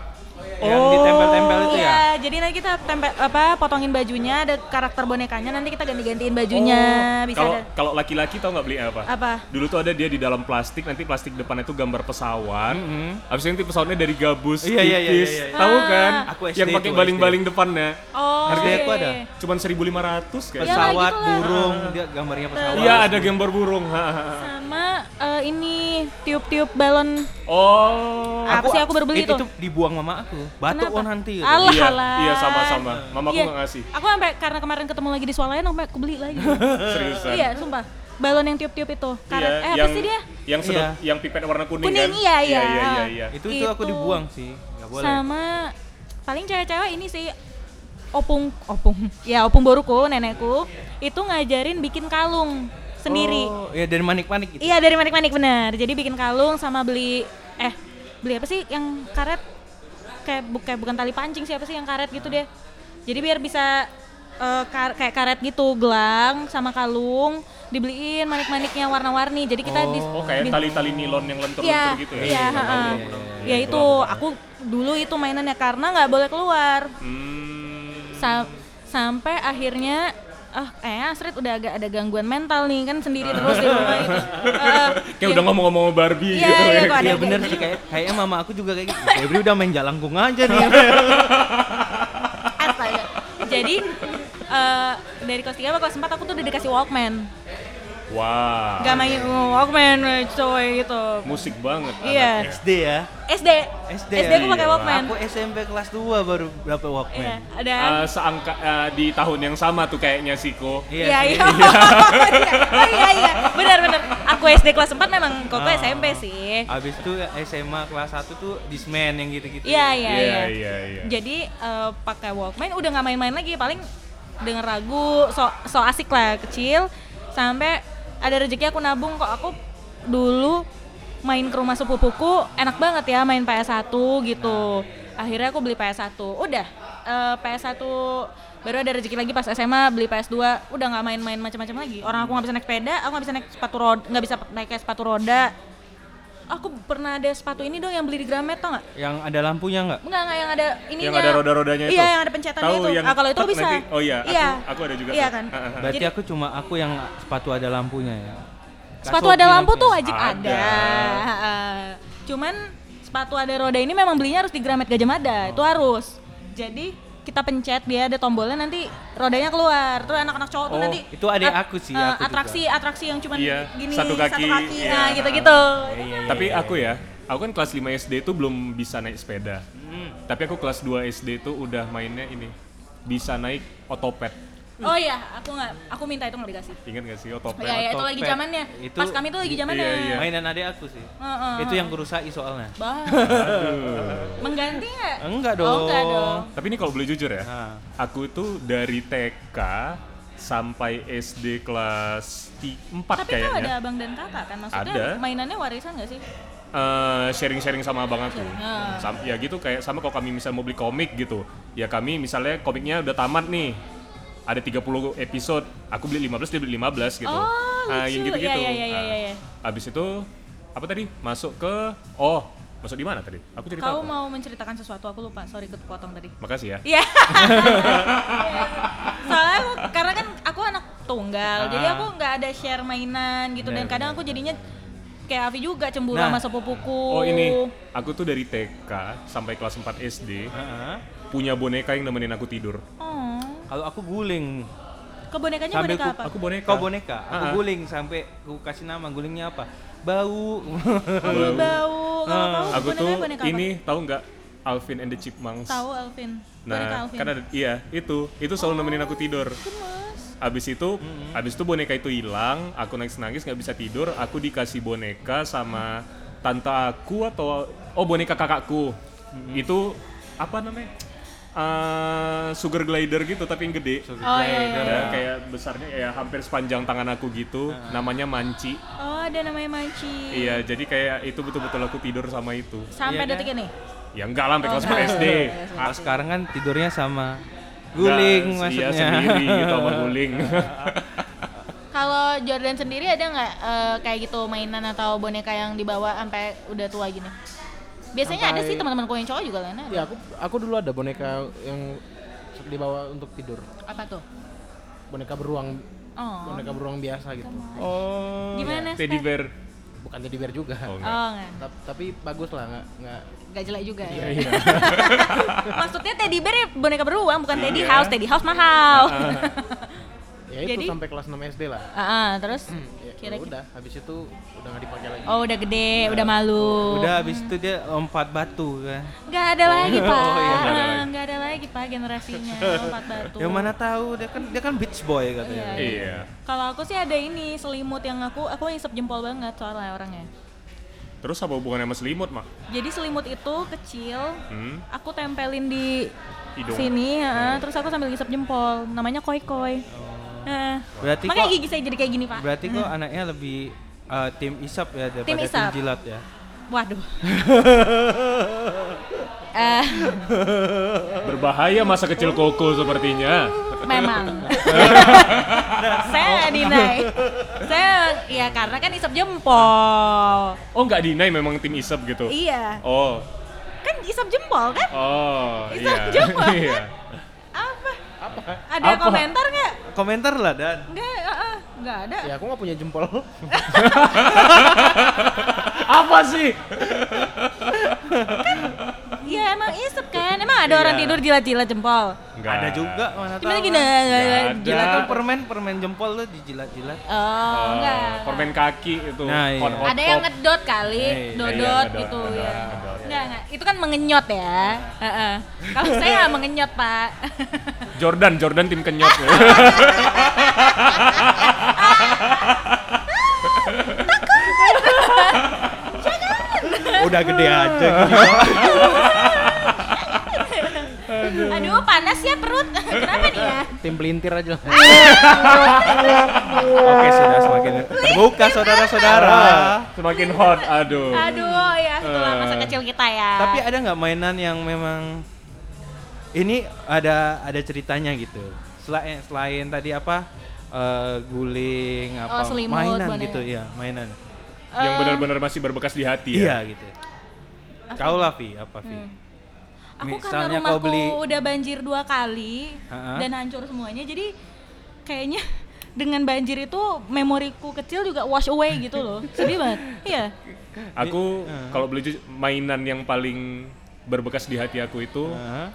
A: Yang ditempel-tempel itu ya.
B: Iya, jadi nanti kita tempel apa potongin bajunya ada karakter bonekanya nanti kita ganti-gantiin bajunya
A: Oh,
B: bisa
D: Kalau
B: ada-
D: kalau laki-laki tau nggak beli apa?
B: Apa?
D: Dulu tuh ada dia di dalam plastik, nanti plastik depannya tuh gambar pesawat. Habis itu nanti pesawatnya dari gabus
A: Iya, iya, iya,
D: tipis.
A: iya, iya.
D: Tahu kan?
B: Ah.
A: Aku SD
D: Yang pakai
A: tuh,
D: baling-baling depannya.
B: Oh,
A: Harganya
B: iya,
A: aku ada.
B: iya, iya.
D: Cuman 1.500
B: Iya.
D: kayak.
A: Pesawat,
B: gitulah.
A: burung, dia gambarnya pesawat.
D: Iya, ada gambar burung. Ha, ha, ha.
B: Sama eh, ini tiup-tiup balon
D: Oh.
B: apa sih aku baru beli
A: itu,
B: tuh?
A: itu dibuang mama aku. Batuk
B: Kenapa? Ah,
A: oh nanti. gitu.
B: Alah,
D: iya,
B: alah.
D: iya sama-sama. Mamaku
B: Iya.
D: nggak ngasih.
B: Aku sampai karena kemarin ketemu lagi di swalayan sampai aku beli lagi.
D: Seriusan.
B: iya, sumpah. Balon yang tiup-tiup itu. Karet. eh apa
D: Iya, yang,
B: sih dia?
D: Yang sedot,
A: Iya.
D: yang pipet warna kuning,
B: Kuning,
D: kan?
B: iya, iya.
D: Iya, iya, iya.
A: Itu itu aku
B: Itu.
A: dibuang sih. Gak boleh.
B: Sama paling cewek-cewek ini sih opung opung. Ya, opung boruku nenekku itu ngajarin bikin kalung sendiri.
A: Oh, ya dari manik-manik gitu.
B: Iya, dari manik-manik benar. Jadi bikin kalung sama beli eh beli apa sih yang karet kayak bu- kayak bukan tali pancing sih apa sih yang karet gitu deh. Jadi biar bisa eh, kar- kayak karet gitu, gelang sama kalung dibeliin manik-maniknya warna-warni. Jadi kita di
D: Oh, kayak
B: bi-
D: tali-tali nilon yang
B: Iya,
D: lentur-lentur gitu ya.
B: iya, heeh.
D: iya,
B: Ya itu aku dulu itu mainannya karena nggak boleh keluar.
D: Hmm.
B: Sa- sampai akhirnya ah kayaknya Astrid udah agak ada gangguan mental nih kan sendiri terus di rumah itu. Eh,
D: Kayak udah ngomong-ngomong sama Barbie
B: Iya,
D: gitu.
B: iya,
D: ya.
B: kok ada
A: Iya bener
B: kayak
A: sih
B: gitu.
A: kayak kayaknya mama aku juga kayak gitu. Febri udah main jalangkung aja nih.
B: Astaga. Jadi eh, dari kelas 3 ke kelas 4 aku tuh udah dikasih Walkman.
D: Wah.
B: Gak main Walkman eh, coy gitu.
D: Musik banget.
B: Iya.
D: anaknya.
A: SD ya.
B: SD.
A: SD.
B: aku pakai Walkman.
A: Aku SMP kelas 2 baru dapat
B: Iya,
A: Walkman.
B: ada
D: Eh, seangka eh, di tahun yang sama tuh kayaknya Siko.
B: Iya,
A: sih.
B: iya. Oh, iya, iya. Benar, benar. Aku SD kelas 4 memang koko
A: Ah.
B: SMP sih.
A: Abis itu SMA kelas 1 tuh Disman yang gitu-gitu.
B: Iya, iya,
D: Iya,
B: iya.
D: iya, iya.
B: Jadi eh, pakai Walkman udah nggak main-main lagi, paling denger lagu so, so asik lah kecil sampai ada rezeki aku nabung kok aku dulu main ke rumah sepupuku enak banget ya main PS1 gitu. Akhirnya aku beli PS1. Udah eh, PS1 baru ada rezeki lagi pas SMA beli PS2 udah nggak main-main macam-macam lagi. Orang aku nggak bisa naik sepeda, aku nggak bisa naik sepatu roda, nggak bisa naik kayak sepatu roda. Aku pernah ada sepatu ini dong yang beli di Gramet tau nggak?
A: ya. Yang ada lampunya nggak?
B: Enggak, enggak yang ada ininya.
D: Yang ada roda-rodanya itu?
B: Iya, yang ada pencetannya
D: Tahu
B: itu.
D: yang
B: ah, kalau itu
D: tet
B: aku bisa.
D: nanti? Oh iya, aku- aku ada juga
B: Iya
D: tuh.
B: kan.
D: Ah, ah, ah.
A: Berarti
B: Jadi
A: aku cuma aku yang sepatu ada lampunya ya. Nggak
B: sepatu
A: sopi
B: ada lampu
A: lampunya.
B: tuh wajib ada.
D: Ada.
B: Heeh. Cuman sepatu ada roda ini memang belinya harus di Gramet Gajah Mada,
D: Oh.
B: itu harus. Jadi kita pencet dia ada tombolnya nanti rodanya keluar. Terus anak-anak cowok tuh
A: Oh,
B: nanti
A: itu adik
B: at-
A: aku sih,
B: eh,
A: aku juga.
B: atraksi atraksi yang cuman
D: Iya,
B: gini
D: satu kaki, iya.
B: nah gitu-gitu.
D: Tapi aku ya, aku kan kelas 5 SD tuh belum bisa naik sepeda.
B: Hmm.
D: Tapi aku kelas 2 SD tuh udah mainnya ini. Bisa naik otopet.
B: Oh iya, aku nggak aku minta itu nggak dikasih.
D: Ingat gak sih otopet?
B: Iya, iya, itu lagi
A: Topet.
B: zamannya.
A: Itu-
B: Pas kami itu lagi zamannya.
D: Iya, iya.
A: Mainan adik aku sih.
B: Heeh.
A: Itu yang kurusai soalnya.
B: Bah. Mengganti nggak?
A: Enggak
B: Oh,
A: dong.
B: enggak dong.
D: Tapi ini kalau boleh jujur ya,
A: Ah.
D: aku itu dari TK sampai SD kelas 4
B: Tapi kau ada
D: kayaknya.
B: abang dan kakak kan? Maksudnya
D: Ada.
B: mainannya warisan nggak sih?
D: eh, sharing-sharing sama abang aku.
B: Ah.
D: Sam- ya gitu kayak sama kalau kami misalnya mau beli komik gitu. Ya kami misalnya komiknya udah tamat nih. Ada 30 episode, aku beli 15, dia beli 15 gitu.
B: Oh,
D: Ah, yang
B: lucu.
D: gitu-gitu.
B: Ya, ya, ya, ya,
D: Ah,
B: ya, ya.
D: Habis itu apa tadi? Masuk ke oh, masuk di mana tadi? Aku cerita
B: Kau
D: apa?
B: mau menceritakan sesuatu, aku lupa. Sorry, ikut potong tadi.
D: Makasih ya.
B: Iya. Soalnya aku, karena kan aku anak tunggal, jadi
D: Ah. Iya,
B: aku nggak ada share mainan gitu. dan
D: Bener,
B: kadang
D: bener.
B: aku jadinya kayak Avi juga cemburu
A: Nah.
B: sama sepupuku.
D: Oh ini, aku tuh dari TK sampai kelas 4
B: Ah.
D: SD
A: Heeh.
D: punya boneka yang nemenin aku tidur.
B: Oh.
A: Kalau aku guling,
B: Ke bonekanya
A: Sambil
B: boneka
A: ku-
B: apa?
D: Aku boneka.
A: kau boneka, aku
D: Ah.
A: guling sampai aku kasih nama gulingnya apa? Bau.
B: Kalau
D: Bau.
B: bau, kalau
A: Ah.
B: tahu
D: Aku
B: bonekanya
D: tuh
B: Oh, boneka apa?
D: ini tahu nggak Alvin and the Chipmunks?
B: Tahu Alvin. boneka
D: Nah,
B: Alvin.
D: kan ada iya, itu. Itu selalu nemenin aku tidur.
B: Gemes.
D: Abis itu, abis itu boneka itu hilang, aku nangis-nangis nggak bisa tidur, aku dikasih boneka sama tante aku atau oh boneka kakakku. Itu apa namanya? Eh, sugar glider gitu tapi yang gede.
B: Oh iya. iya,
D: Ada
B: iya.
D: kayak besarnya ya hampir sepanjang tangan aku gitu.
B: Ah.
D: Namanya Manci.
B: Oh, ada namanya Manci.
D: Iya, jadi kayak itu betul-betul aku tidur sama itu.
B: Sampai
A: Iya,
B: detik
A: kan?
B: ini.
D: Ya enggak lah, sampai
B: Oh,
D: kelas
B: enggak.
D: 4 SD.
A: Kalau sekarang kan tidurnya sama
D: Enggak,
A: guling
D: Iya,
A: maksudnya.
D: sendiri gitu sama guling.
B: Kalau Jordan sendiri ada nggak eh, kayak gitu mainan atau boneka yang dibawa sampai udah tua gini? Biasanya ada
C: Sampai-
B: sih teman-teman yang cowok juga kan ada.
C: Ya aku aku dulu ada boneka yang dibawa untuk tidur.
B: Apa tuh?
C: Boneka beruang,
B: Oh.
C: boneka beruang biasa gitu.
D: oh.
B: Gimana,
D: Teddy
B: Stan?
D: bear.
C: Bukan teddy bear juga.
D: Oh, enggak.
B: Oh, nggak.
C: Ta- Tapi bagus lah, nggak nggak
B: Nggak jelek juga
D: Iya,
B: ya. Maksudnya teddy bear ya boneka beruang, bukan teddy
D: Iya.
B: house. Teddy house mahal.
C: ya itu
B: Jadi-
C: sampai kelas 6 SD lah.
B: Ah, ah, terus
D: Hmm.
C: Ya,
B: kira-kira.
C: udah, habis itu udah nggak dipakai lagi.
B: Oh, udah gede, udah malu.
A: Udah habis itu dia lompat batu kan.
B: Nggak ada lagi, Pak.
D: iya, nggak ada
B: Ah,
D: lagi.
B: Nggak ada lagi, Pak, generasinya. Lompat batu.
A: Yang mana tahu dia kan dia kan beach boy katanya.
D: Iya.
B: Kalau aku sih ada ini selimut yang aku aku ngisep jempol banget soalnya orangnya.
D: Terus apa hubungannya sama selimut, Mak?
B: Jadi selimut itu kecil,
D: Hmm.
B: aku tempelin di
D: Hidung.
B: sini, ya, terus aku sambil ngisep jempol. Namanya koi koi. Nah,
A: Berarti
B: makanya
A: kok-
B: gigi saya jadi kayak gini pak.
A: Berarti kok anaknya lebih eh, tim isap ya daripada tim,
B: Hmm. isap.
A: jilat ya.
B: Waduh. Eh,
D: Berbahaya masa kecil koko sepertinya.
B: memang. saya nggak deny. Saya ya karena kan isep jempol.
D: Oh, nggak dinai memang tim isep gitu.
B: Iya,
D: Oh.
B: kan isep jempol kan?
D: Oh,
B: Isep
D: iya.
B: jempol, kan?
D: Iya.
B: Apa?
C: Apa?
B: Ada
A: Apa?
B: komentar nggak?
A: Komentar lah dan.
B: Nggak, ah, ah, nggak ada.
C: Ya aku nggak punya jempol. iya.
D: Apa sih?
B: Iya emang isep kan, emang ada orang
D: Iya.
B: tidur jilat-jilat jempol.
D: Nggak.
A: Ada juga mana tahu.
B: Gimana
A: kan.
B: gini?
D: Nggak ada.
A: Jilat tuh permen permen jempol tuh dijilat-jilat.
B: Oh,
D: Oh,
B: enggak.
D: Permen kaki itu.
A: Nah, iya.
D: hot- hot
B: Ada yang
D: pop.
B: ngedot kali,
A: Eh, iya,
B: dodot
D: ngedot,
B: gitu
D: ngedot,
B: ya.
D: ngedot.
B: Enggak, enggak. Itu kan mengenyot ya. Heeh. Kalau saya nggak mengenyot, Pak.
D: Jordan, Jordan tim kenyot.
A: Udah gede aja gitu.
B: Aduh, panas ya perut. Kenapa nih ya?
C: Tim pelintir aja lah.
A: Oke sudah semakin terbuka saudara-saudara.
D: Semakin hot, aduh. Eh.
B: Aduh, ya itulah masa kecil kita ya.
A: Tapi ada nggak mainan yang memang ini ada ada ceritanya gitu. Selain selain tadi apa eh, guling apa
B: Oh, selimut,
A: mainan
B: boneka.
A: gitu ya mainan.
B: ah.
D: Yang benar-benar masih berbekas di hati
A: Iya
D: ya.
A: gitu. Kau lah Vi, apa Vi?
B: Hmm. Aku
A: Misalnya
B: karena
A: kau
B: rumahku
A: beli-
B: udah banjir dua kali
A: Ha-ha.
B: dan hancur semuanya, jadi kayaknya dengan banjir itu memoriku kecil juga wash away gitu loh. Sedih banget. Iya.
D: Aku kalau beli ju- mainan yang paling berbekas di hati aku itu
A: Hah?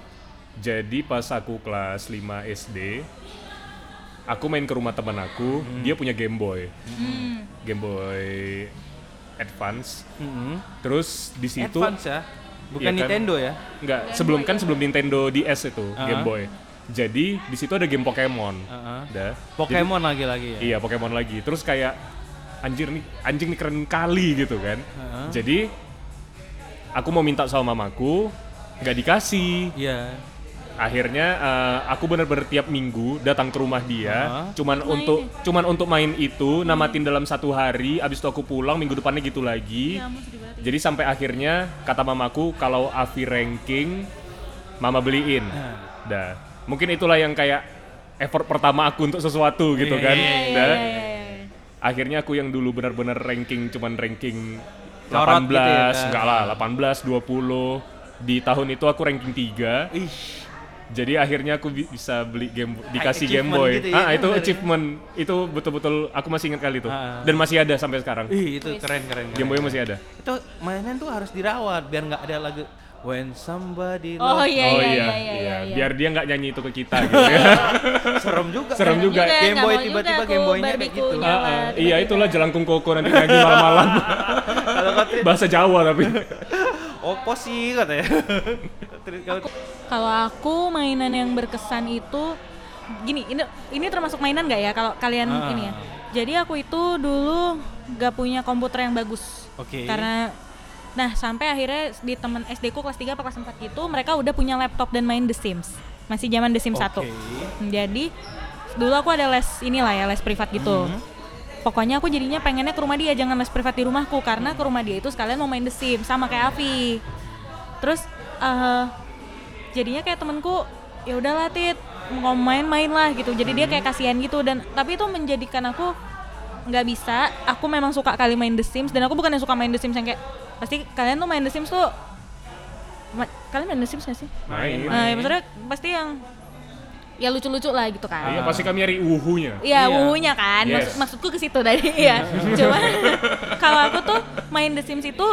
D: jadi pas aku kelas 5 SD aku main ke rumah teman aku, dia punya Game Boy.
B: Hmm.
D: Game Boy Advance.
A: Mm-mm.
D: Terus di situ
A: Hmm, Advance ya, bukan
D: Iya kan?
A: Nintendo ya.
D: enggak sebelum kan sebelum Nintendo DS itu Game Boy. Jadi di situ ada game Pokemon.
A: Uh-uh.
D: Dah.
A: Pokemon lagi-lagi ya.
D: Iya Pokemon lagi. Terus kayak anjir nih anjing nih keren kali gitu kan. Jadi aku mau minta sama mamaku nggak dikasih.
A: Iya.
D: akhirnya eh, aku bener-bener tiap minggu datang ke rumah dia
A: Hah?
D: cuman
B: Main
D: untuk
B: ya?
D: cuman untuk main itu namatin dalam satu hari abis itu aku pulang minggu depannya gitu lagi
B: Ya ampun, sedih banget.
D: jadi sampai akhirnya kata mamaku kalau Avi ranking mama beliin dah mungkin itulah yang kayak effort pertama aku untuk sesuatu gitu
A: Iya,
D: kan
B: Iya, iya,
D: Dah.
B: iya, iya, iya.
D: akhirnya aku yang dulu benar-benar ranking cuman ranking
A: Corot
D: 18
A: gitu ya, kan?
D: enggak lah 18 20 di tahun itu aku ranking 3
A: Ih,
D: jadi akhirnya aku bi- bisa beli game dikasih Game
A: achievement
D: Boy
A: gitu ya,
D: ah
A: kan
D: itu
A: dari-
D: achievement itu betul-betul aku masih ingat kali itu
A: Ah.
D: dan masih ada sampai sekarang
A: ih itu keren keren. keren.
D: Game Boy masih ada
A: Itu mainan tuh harus dirawat biar nggak ada lagu When somebody
B: Oh
A: loves
B: iya
D: oh
B: iya
D: iya,
B: iya iya. iya.
D: biar dia nggak nyanyi itu ke kita gitu ya
A: serem juga.
D: Serem
A: kan?
D: juga.
B: Nggak
A: Game Boy
B: mau
A: tiba-tiba
B: juga
A: Game
B: aku
A: Boy-nya kayak gitu.
B: barbecue-nya
D: Ah,
B: lah,
D: ah, iya
B: tiba-tiba.
D: itulah jelangkung koko nanti nyanyi malam-malam
A: Kalau Katrin,
D: bahasa Jawa tapi
A: opo sih katanya. Katrin, ya. kalau
B: Kalau aku mainan yang berkesan itu gini, ini ini termasuk mainan nggak ya kalau kalian
A: Ah.
B: ini ya. Jadi aku itu dulu gak punya komputer yang bagus.
A: Oke.
B: Karena nah sampai akhirnya di temen SD ku kelas 3 apa kelas 4 gitu mereka udah punya laptop dan main The Sims. Masih zaman The Sims satu.
A: Oke.
B: Jadi dulu aku ada les inilah ya, les privat gitu. Pokoknya aku jadinya pengennya ke rumah dia, jangan les privat di rumahku karena ke rumah dia itu sekalian mau main The Sims sama kayak Avi. Terus eh, jadinya kayak temenku ya udahlah Tit mau main-main lah gitu. Jadi dia kayak kasihan gitu dan tapi itu menjadikan aku nggak bisa. Aku memang suka kali main The Sims dan aku bukan yang suka main The Sims yang kayak pasti kalian tuh main The Sims tuh ma- kalian main The Sims gak sih?
D: main
B: Nah, ya maksudnya pasti yang ya lucu-lucu lah gitu kan.
D: iya pasti kami nyari uhunya
A: Iya.
B: Iya, wuhunya kan. Maksud-
D: Yes.
B: maksudku ke situ tadi ya. Cuma kalau aku tuh main The Sims itu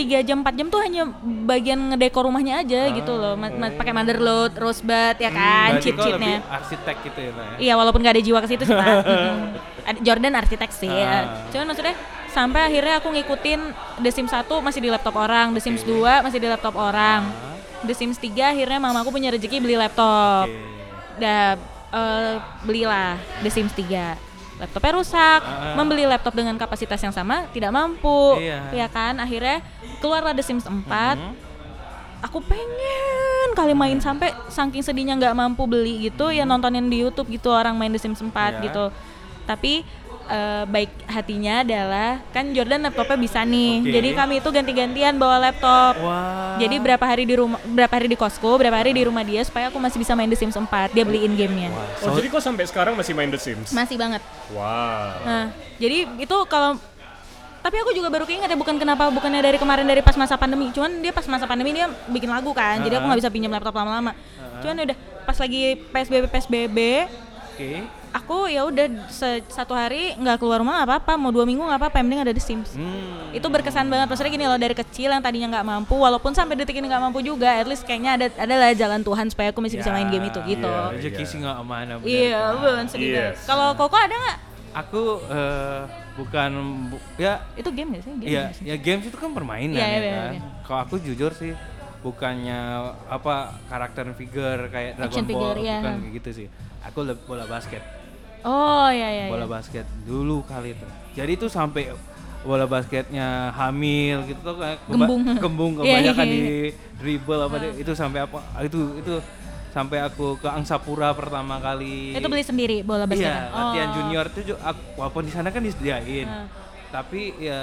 B: 3 jam 4 jam tuh hanya bagian ngedekor rumahnya aja gitu loh. Ma- ma- pakai motherload, rosebud ya
A: Hmm,
B: kan,
A: Berarti kau lebih
B: cheat-cheatnya.
A: arsitek gitu ya. Nak, ya?
B: Iya, walaupun gak ada jiwa ke situ sih, Pak. Mm. Ada- Jordan arsitek sih. ya.
A: Ah.
B: Cuman maksudnya sampai akhirnya aku ngikutin The Sims 1 masih di laptop orang, The Sims 2 masih di laptop orang. The Sims 3 akhirnya mamaku punya rezeki beli laptop.
A: Oke.
B: Udah eh, belilah The Sims 3. Laptopnya rusak, membeli laptop dengan kapasitas yang sama tidak
A: Ah,
B: mampu.
A: Iya. Mhm.
B: Ya kan? Akhirnya keluarlah The Sims 4. Aku pengen kali main
A: Iya.
B: sampai saking sedihnya nggak mampu beli gitu ya nontonin di YouTube gitu orang main The Sims 4
A: Iya.
B: gitu. Tapi eh, baik hatinya adalah kan Jordan laptopnya bisa nih.
A: Oke.
B: Jadi kami itu ganti-gantian bawa laptop.
A: Wah.
B: Jadi berapa hari di rumah berapa hari di kosku, berapa hari di rumah dia supaya aku masih bisa main The Sims 4. Dia beliin gamenya.
D: oh jadi kok sampai sekarang masih main The Sims
B: Masih banget.
D: wow
B: Nah, jadi itu kalau tapi aku juga baru keinget ya bukan kenapa bukannya dari kemarin dari pas masa pandemi cuman dia pas masa pandemi dia bikin lagu kan jadi aku nggak bisa pinjam laptop lama-lama cuman udah pas lagi psbb psbb
A: Oke.
B: aku ya udah se- satu hari nggak keluar rumah nggak apa-apa mau dua minggu nggak apa-apa yang penting ada The Sims
A: Hmm.
B: itu berkesan banget maksudnya gini loh dari kecil yang tadinya nggak mampu walaupun sampai detik ini nggak mampu juga at least kayaknya ada adalah jalan Tuhan supaya aku masih bisa main game itu gitu
A: Ya,
D: Iya.
A: Rezeki sih nggak amanah. bener.
B: iya bener sedih banget.
D: Yes.
B: kalau Koko ada nggak
A: Aku eh, bukan bu- ya
B: itu game nggak sih game
A: Iya,
B: nggak sih?
A: ya games itu kan permainan
B: Iya,
A: ya
B: iya,
A: kan.
B: iya.
A: Kalau aku jujur sih bukannya apa karakter figure kayak Dragon
B: Action
A: Ball
B: figure, iya.
A: bukan kayak gitu sih. Aku le- bola basket,
B: oh iya iya
A: bola
B: iya.
A: basket dulu kali itu. Jadi itu sampai bola basketnya hamil gitu tuh kayak keba-
B: Gembung.
A: gembung
B: Iya, iya,
A: kebanyakan
B: iya. Ah.
A: di dribble apa deh, itu sampai apa itu itu sampai aku ke Angsapura pertama kali.
B: itu beli sendiri bola basket
A: Iya, latihan junior itu juga aku, walaupun di sana kan disediain.
B: Oh. Heeh.
A: Tapi ya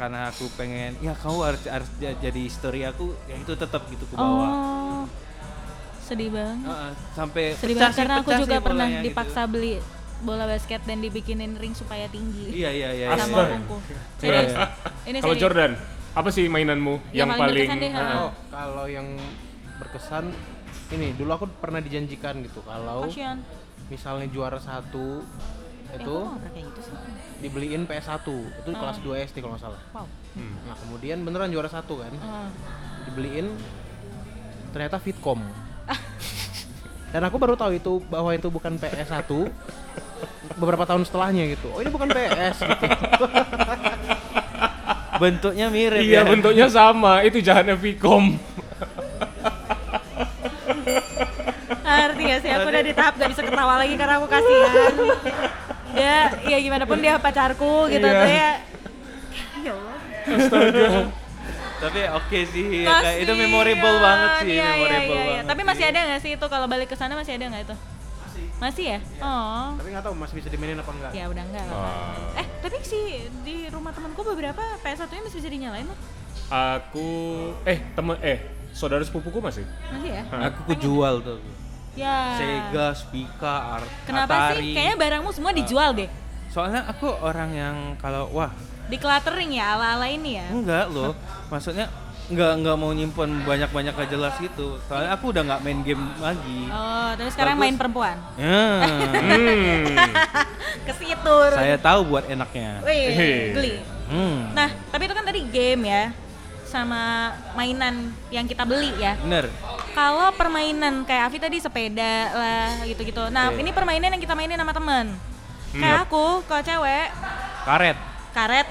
A: karena aku pengen ya kamu harus harus ja- jadi history aku ya itu tetap gitu ke bawah.
B: oh sedih banget
A: Heeh, sampai
B: sedih
A: pecah
B: banget
A: sih,
B: karena aku
A: pecah
B: juga
A: sih
B: pernah
A: bolanya gitu.
B: dipaksa beli bola basket dan dibikinin ring supaya tinggi
A: Iya, iya, iya.
B: sama
A: iya.
B: omongku serius ini
D: kalau
B: serius.
D: Jordan apa sih mainanmu
B: Yang
D: yang,
B: paling
D: paling,
B: berkesan deh,
D: Ah,
B: ha.
D: ah.
C: Oh, kalau yang berkesan ini dulu aku pernah dijanjikan gitu kalau
B: Kasian.
C: misalnya juara satu
B: ya? Eh,
C: itu
B: kok Oh. nggak pernah kayak gitu sih
C: dibeliin PS1 itu kelas 2 SD kalau nggak salah.
B: wow
D: Hmm.
C: Nah, kemudian beneran juara satu kan.
B: Ah.
C: Dibeliin ternyata Fitcom. Dan aku baru tahu itu bahwa itu bukan PS1 beberapa tahun setelahnya gitu. Oh, ini bukan PS gitu.
A: Bentuknya mirip ya.
D: iya bentuknya sama itu jahatnya Vicom
B: Ah, Ngerti gak sih? Aku udah di tahap gak bisa ketawa lagi karena aku kasihan. Dia, ya
A: Iya.
B: gimana pun dia pacarku gitu.
D: Iya.
B: Saya, ya Allah.
A: Tapi oke sih, ya, kayak
B: Kasian.
A: itu memorable banget sih,
B: Iya, iya,
A: memorable
B: iya, iya.
A: banget.
B: Tapi masih
A: sih.
B: ada nggak sih itu kalau balik ke sana masih ada nggak itu? Masih. ya? Oh.
C: Iya. Tapi nggak tahu masih bisa dimainin apa enggak.
B: Ya udah enggak lah.
D: Ah.
B: Eh, tapi sih di rumah temanku beberapa PS1-nya masih bisa dinyalain loh.
D: Aku eh temen eh saudara sepupuku masih.
B: Masih ya?
A: Aku kejual tuh.
B: Ya.
A: Sega, Spica, Ar-
B: Kenapa
A: Atari. Ah.
B: sih? Kayaknya barangmu semua dijual deh.
A: Soalnya aku orang yang kalau wah
B: Di cluttering ya ala-ala ini ya.
A: enggak loh, maksudnya enggak enggak mau nyimpen banyak-banyak gak jelas gitu. Soalnya aku udah nggak main game lagi.
B: Oh, tapi sekarang
A: Bagus.
B: main perempuan.
A: Ya,
D: Hmm.
B: ke situ.
A: saya tahu buat enaknya.
B: Wih,
D: Hehe.
B: geli.
A: Hmm.
B: Nah, tapi itu kan tadi game ya sama mainan yang kita beli ya.
A: Bener.
B: Kalau permainan kayak Avi tadi sepeda lah gitu-gitu. Nah,
A: Oke. Hmm.
B: ini permainan yang kita mainin sama temen. Kayak aku kalau cewek
A: Karet,
B: karet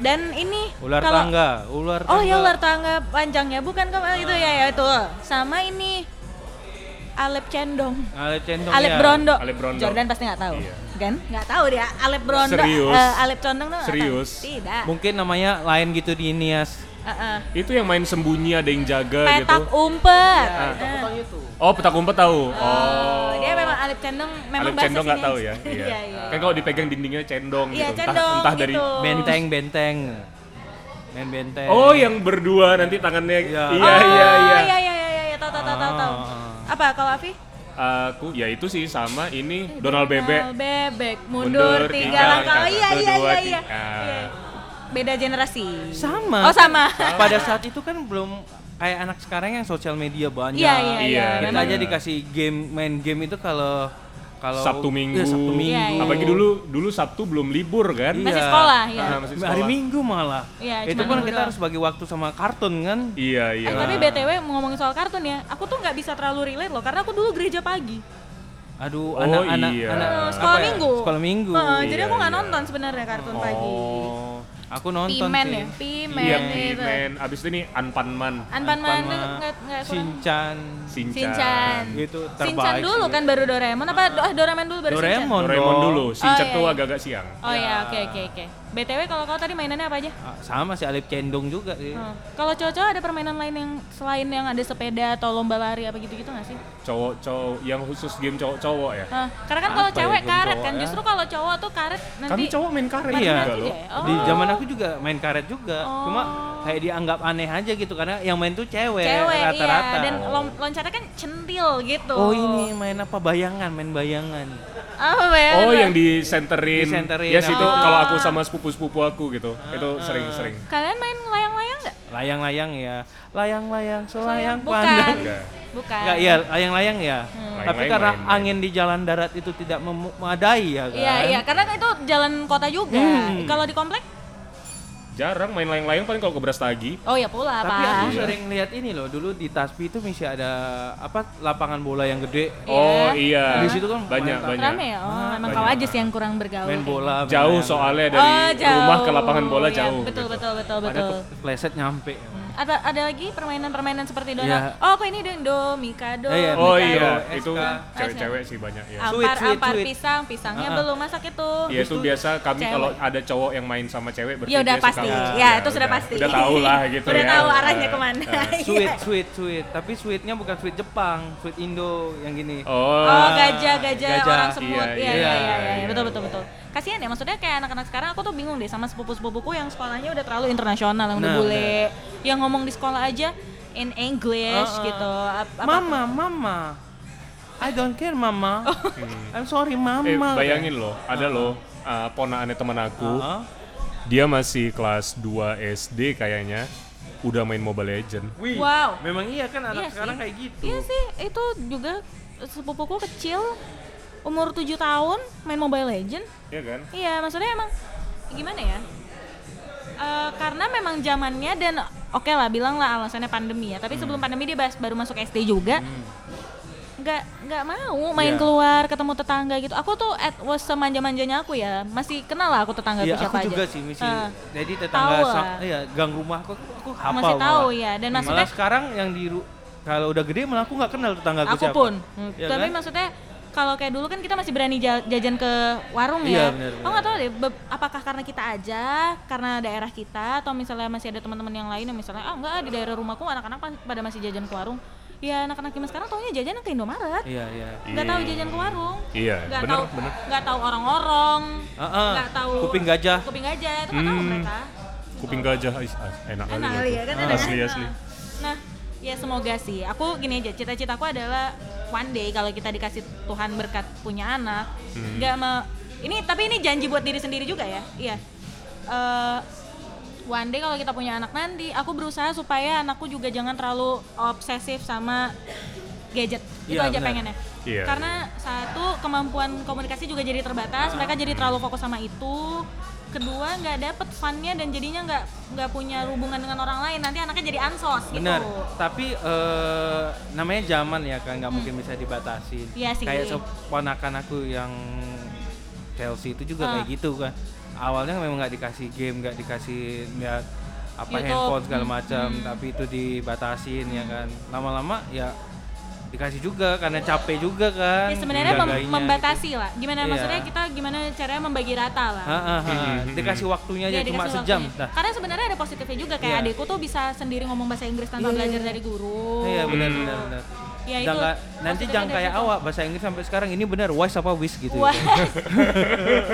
B: dan ini
A: ular
B: kalau-
A: tangga, ular tangga.
B: Oh ya ular tangga panjangnya bukan kok itu ya ya itu. Sama ini Alep Cendong.
A: Alep Centong
B: Alep
A: ya.
B: Brondo.
D: Alep Brondo.
B: Jordan pasti nggak tahu.
D: Iya.
B: Kan? Nggak tahu dia. Alep Brondo.
D: Serius?
B: eh, Alep Condong tuh nggak tahu.
D: Serius?
B: Tidak.
A: Mungkin namanya lain gitu di Nias.
B: Heeh.
D: Itu yang main sembunyi ada yang jaga
B: Petak
D: gitu.
B: umpet. Heeh.
C: Aku tahu itu.
D: Oh, petak umpet tahu.
B: Oh,
D: Oh.
B: dia memang Alep Cendong memang
D: Alip
B: bahasa
D: cendong nggak
B: sini.
D: tahu ya.
B: Iya, iya.
D: Kan kalau dipegang dindingnya cendong
B: Iya,
D: gitu. Entah-
B: cendong
D: entah dari
B: gitu.
A: Benteng, benteng. Main benteng.
D: Oh,
B: iya.
D: yang berdua nanti tangannya.
A: Iya.
D: Iya, iya, iya.
B: Oh, iya, iya, iya, iya, tahu, tahu, tahu, tahu, tahu.
A: Ah.
B: Apa kalau Afi?
D: Aku ya itu sih sama ini Donald Bebek.
B: Donald Bebek mundur,
D: Mundur
B: tiga
D: tiga
B: langkah. Oh,
D: langkah.
B: iya, iya,
D: Dua,
B: iya, iya.
D: tiga.
B: Iya. Beda generasi.
A: Sama.
B: Oh, sama.
A: Pada saat itu kan belum kayak anak sekarang yang sosial media banyak.
B: Iya, iya, iya.
D: Iya,
A: Kita
B: memang.
A: aja dikasih game main game itu kalau kalau
D: Sabtu Minggu.
A: Iya, Sabtu Minggu.
B: Iya, iya.
D: Apalagi dulu dulu Sabtu belum libur kan?
B: Masih sekolah, ya.
D: Ah, masih
A: Hari
D: sekolah.
A: Minggu malah.
B: Iya,
A: Iya. itu
B: cuma
A: pun
B: minggu
A: kita
B: doang.
A: harus bagi waktu sama kartun kan.
D: Iya, iya.
B: Eh, tapi BTW ngomongin soal kartun ya, aku tuh nggak bisa terlalu relate loh karena aku dulu gereja pagi.
A: Aduh,
D: Oh,
A: anak-anak
D: iya.
A: anak,
B: Eh,
A: apa
B: sekolah
A: ya?
B: minggu.
A: Sekolah minggu.
B: Heeh, jadi
D: Iya,
B: aku nggak
D: iya.
B: nonton sebenarnya kartun pagi.
D: Oh.
A: Aku nonton
B: Pimen
A: sih.
B: ya, Pimen
D: Iya,
B: gitu.
D: Pimen. Abis itu nih Anpanman,
B: Anpan Man
A: Sama
B: nggak nggak kurang.
A: Shinchan.
D: Shinchan.
B: Shinchan.
A: Gitu,
B: Shinchan
A: terbaik
B: dulu
A: sih.
B: kan baru Doraemon apa do- ah, Doraemon dulu baru
A: Doraemon.
B: Shinchan.
D: Doraemon
A: dong.
D: dulu, Shinchan
B: iya,
D: tuh
B: iya.
D: agak-agak siang.
B: Oh ya, oke oke oke. BTW kalau kau tadi mainannya apa aja?
A: Ah, Sama si Alip Cendong juga sih.
B: Oh. Kalau cowok-cowok ada permainan lain yang selain yang ada sepeda atau lomba lari apa gitu-gitu nggak sih?
D: Cowok-cowok yang khusus game cowok-cowok ya.
B: Hah, karena kan kalau
A: Apa ya
B: cewek
A: belum
B: karet
A: cowok
B: kan,
A: ya?
B: justru kalau cowok tuh karet nanti
D: Kami cowok main karet
A: Iya.
D: juga loh.
A: Di zaman aku juga main karet juga.
B: Oh.
A: Cuma kayak dianggap aneh aja gitu karena yang main tuh cewek,
B: cewek
A: rata-rata.
B: iya dan lom- loncatnya kan centil gitu
A: Oh ini main apa bayangan, main bayangan.
B: apa ya
D: Oh, yang disenterin.
A: Disenterin,
D: Ya situ
A: oh. Ah,
D: kalau aku sama sepupu-sepupu aku gitu. Itu sering-sering.
B: kalian main layang-layang nggak
A: Layang-layang ya, layang-layang selayang
B: bukan
A: pandang.
D: Enggak.
B: bukan
A: Enggak iya, layang-layang ya. Tapi
D: Layang-layang
A: karena
D: main-main.
A: angin di jalan darat itu tidak memadai ya kan.
B: iya iya karena kan itu jalan kota juga
A: Hmm.
B: kalau di komplek
D: Jarang main layang-layang paling kalau ke Brastagi.
B: oh ya pula
A: Tapi
B: Pak.
A: aku sering lihat ini loh, dulu di Taspi itu masih ada apa lapangan bola yang gede.
D: Oh iya.
A: Di situ kan
D: banyak
A: main-
D: banyak.
B: rame ya oh emang
D: banyak.
B: kau aja sih yang kurang bergaul
A: Main bola,
B: iya.
A: main
D: Jauh
A: layang.
D: soalnya dari
B: oh, jauh.
D: rumah ke lapangan bola
B: Iya,
D: jauh.
B: betul
D: gitu.
B: betul betul
A: Padahal
B: betul
A: kepleset nyampe.
B: ada ada lagi permainan-permainan seperti Donald
A: Iya.
B: oh aku ini dong do mikado
A: Iya, iya,
D: Oh
A: Mikado,
D: iya,
A: SK.
D: itu cewek-cewek sih banyak ya.
B: ampar
A: Sweet, sweet,
B: ampar
A: sweet.
B: pisang pisangnya
A: Ah, ah.
B: belum masak itu
D: Iya itu biasa kami
B: Oh, cewek.
D: kalau ada cowok yang main sama cewek berarti
B: Ya udah
D: dia suka
B: pasti.
D: sama-
B: Ya, itu sudah pasti.
D: Udah tahu lah gitu
B: Udah
D: ya. Iya.
B: tahu arahnya kemana. Iya.
A: Sweet, sweet, sweet. Tapi sweetnya bukan sweet Jepang, sweet Indo yang gini.
D: Oh.
B: Oh gajah, gajah,
A: Gajah.
B: orang semut. Iya,
D: Iya,
B: iya,
A: iya,
B: iya, iya,
D: iya.
B: betul, betul, betul. Kasihan ya, maksudnya kayak anak-anak sekarang aku tuh bingung deh sama sepupu-sepupuku yang sekolahnya udah terlalu internasional, yang udah
A: Nah,
B: bule, yang ngomong di sekolah aja in English
A: Ah, ah.
B: gitu. Ap- apa-
A: Mama, mama. I don't care, mama.
B: Oh.
A: I'm sorry, mama.
D: Eh, bayangin loh, ada loh uh, ponaannya teman aku.
A: Heeh.
D: Dia masih kelas 2 SD kayaknya udah main Mobile Legend.
A: Wih,
B: Wow.
A: Memang iya kan anak
B: Iya
A: sekarang
B: sih.
A: kayak gitu.
B: Iya sih, itu juga sepupuku kecil, umur 7 tahun main Mobile Legends.
D: Iya kan?
B: Iya, maksudnya emang gimana ya? Eh, karena memang zamannya dan oke lah bilang lah alasannya pandemi ya.
A: Hmm.
B: Tapi sebelum pandemi dia bas- baru masuk SD juga. Nggak nggak mau main
A: Iya.
B: keluar ketemu tetangga gitu. Aku tuh at was semanja-manjanya aku ya. Masih kenal lah aku tetangga
A: Iya,
B: siapa
A: aku juga
B: aja.
A: sih, misi.
B: Eh,
A: Jadi tetangga
B: tahu
A: sa-
B: lah.
A: iya, gang rumahku aku, aku hafal
B: Masih tahu
A: malah.
B: ya, dan
A: Hmm.
B: maksudnya-
A: malah sekarang yang di ru- kalau udah gede malah aku nggak kenal tetangga
B: aku
A: siapa.
B: pun. Hmm,
A: Iya
B: tapi
A: kan?
B: maksudnya kalau kayak dulu kan kita masih berani ja- jajan ke warung
A: Iya,
B: ya.
A: benar,
B: Aku nggak tahu deh be- apakah karena kita aja, karena daerah kita atau misalnya masih ada teman-teman yang lain yang misalnya ah enggak di daerah rumahku anak-anak pa- pada masih jajan ke warung. Ya anak-anak zaman sekarang taunya jajan ke Indomaret.
A: Iya, iya.
B: Nggak tahu jajan ke warung.
D: Iya,
B: Nggak
D: bener,
B: tahu
D: bener.
B: nggak tahu orang-orang.
A: Ah-ah,
B: Nggak tahu
A: Ah, kuping gajah.
B: Kuping gajah itu nggak tahu
D: Hmm.
B: mereka.
D: Kuping gajah ais, ais, enak
B: Enak
D: kali.
B: kali
D: itu.
B: ya kan
A: Ah.
B: enak.
D: Asli asli.
B: Nah, ya semoga sih. Aku gini aja, cita-citaku adalah one day kalau kita dikasih Tuhan berkat punya anak, nggak mau ini tapi ini janji buat diri sendiri juga ya. Iya. Eh one day kalau kita punya anak nanti, aku berusaha supaya anakku juga jangan terlalu obsesif sama gadget. Itu
A: Iya,
B: aja
A: benar.
B: pengennya.
D: Iya.
B: Nah, Karena satu kemampuan komunikasi juga jadi
A: Ah.
B: terbatas, mereka jadi terlalu fokus sama itu. Kedua nggak dapet funnya dan jadinya nggak nggak punya hubungan dengan orang lain. Nanti anaknya jadi ansos gitu.
A: Benar. Tapi eh, namanya zaman ya kan nggak mungkin bisa dibatasin.
B: Hmm. Iya sih.
A: Kayak seponakan aku yang Chelsea itu juga
B: Ah.
A: kayak gitu kan. Awalnya memang nggak dikasih game, nggak dikasih lihat apa
B: YouTube. Hmm.
A: handphone segala macam, tapi itu dibatasin ya kan. Lama-lama ya dikasih juga karena capek juga kan.
B: Ya sebenarnya mem-
A: jagainya
B: membatasi lah.
A: Iya.
B: Gimana maksudnya kita gimana caranya membagi rata lah.
A: gitu. Ha, ha, ha. Dikasih waktunya aja
B: Iya,
A: cuma
B: dikasih
A: sejam.
B: waktunya.
A: Nah,
B: Karena sebenarnya ada positifnya juga kayak
A: Iya.
B: adekku tuh bisa sendiri ngomong bahasa Inggris tanpa
A: Iya, iya,
B: belajar
A: iya.
B: dari guru.
A: Iya benar
D: Hmm.
A: benar benar.
B: Oh.
A: Jangan
B: Ya, itu
A: nggak- nanti
B: maksudnya
A: jangan
B: dari
A: kayak
B: situ.
A: awak bahasa Inggris sampai sekarang ini benar wise apa wis gitu.
B: Wah.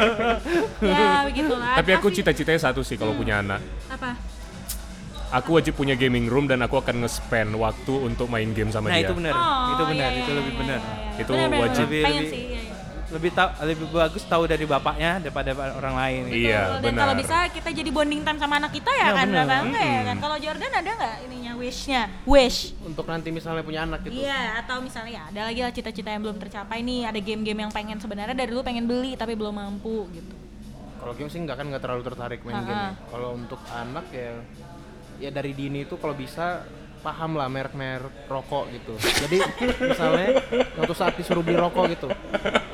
B: ya begitulah.
D: Tapi aku cita-citanya satu sih kalau punya anak.
B: apa?
D: Aku wajib punya gaming room dan aku akan nge-spend waktu untuk main game sama
A: Nah
D: dia.
A: itu benar,
B: Oh,
A: itu benar,
B: iya,
A: itu
B: iya,
A: lebih
B: iya,
A: benar.
B: iya, iya.
D: Itu
B: Benar, benar, benar.
D: wajib.
A: Lebih-
B: Pengen
A: lebih-
B: sih. iya, iya.
A: Lebih tahu, lebih bagus tahu dari bapaknya daripada orang lain.
D: Iya.
B: Betul, Dan kalau
D: benar.
B: bisa kita jadi bonding time sama anak kita ya
A: Iya,
B: kan
A: benar.
B: berapa enggak ya kan. Kalau Jordan ada nggak ininya wishnya? Wish.
C: untuk nanti misalnya punya anak gitu.
B: Iya, atau misalnya ya ada lagi lah cita-cita yang belum tercapai nih, ada game-game yang pengen sebenarnya dari dulu pengen beli tapi belum mampu gitu.
C: Kalau game sih nggak kan nggak terlalu tertarik main
B: Ha-ha.
C: game. ya. Kalau untuk anak ya ya dari dini itu kalau bisa paham lah merek-merek rokok gitu. Jadi misalnya suatu saat disuruh beli rokok gitu,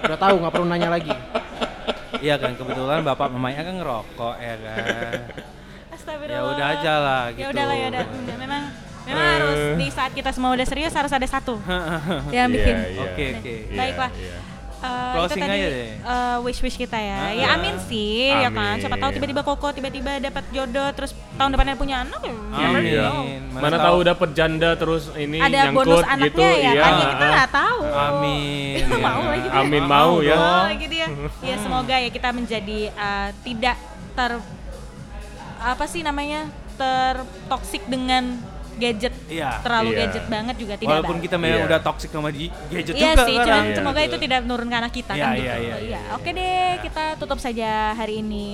C: udah tahu nggak perlu nanya lagi.
A: Iya kan kebetulan bapak mamanya kan ngerokok ya kan.
B: Astagfirullah.
A: Ya udah aja lah,
B: Ya
A: gitu.
B: udahlah ya udah. Ya, Memang memang
D: Eh.
B: harus di saat kita semua udah serius harus ada satu yang
D: Iya,
B: bikin.
D: iya.
A: Oke oke.
D: Iya,
B: Baiklah.
D: iya.
B: Eh,
A: Closing aja deh.
B: eh, wish-wish kita
A: Ah.
B: ya. ya amin sih, ya kan. Siapa tahu
D: Amin.
B: tiba-tiba koko tiba-tiba dapat jodoh terus tahun depannya punya anak. ya.
A: Amin.
D: Iya.
A: Mana
D: Mana,
A: tahu.
D: tahu dapat janda terus ini
B: Ada
D: nyangkut
B: bonus anaknya
D: gitu.
B: ya
D: iya.
B: kan. Ya, kita
D: ah.
B: nggak tahu.
A: Amin. ya
B: Mau
A: kan?
B: lagi.
D: Amin mau ya.
B: Oh, gitu ya. Ya semoga ya kita menjadi uh, tidak ter apa sih namanya? tertoksik dengan gadget.
A: Iya.
B: Terlalu
D: Iya.
B: gadget banget juga tidak.
A: Walaupun
B: baik.
A: kita memang
D: Iya.
A: udah toxic sama di gadget
B: Iya
A: juga sekarang.
B: sih, cuman
D: Iya,
B: semoga
A: gitu.
B: itu tidak menurun ke anak kita
A: Iya,
B: kan.
A: iya,
B: gitu.
A: iya, iya,
B: Oke deh, kita tutup saja hari ini.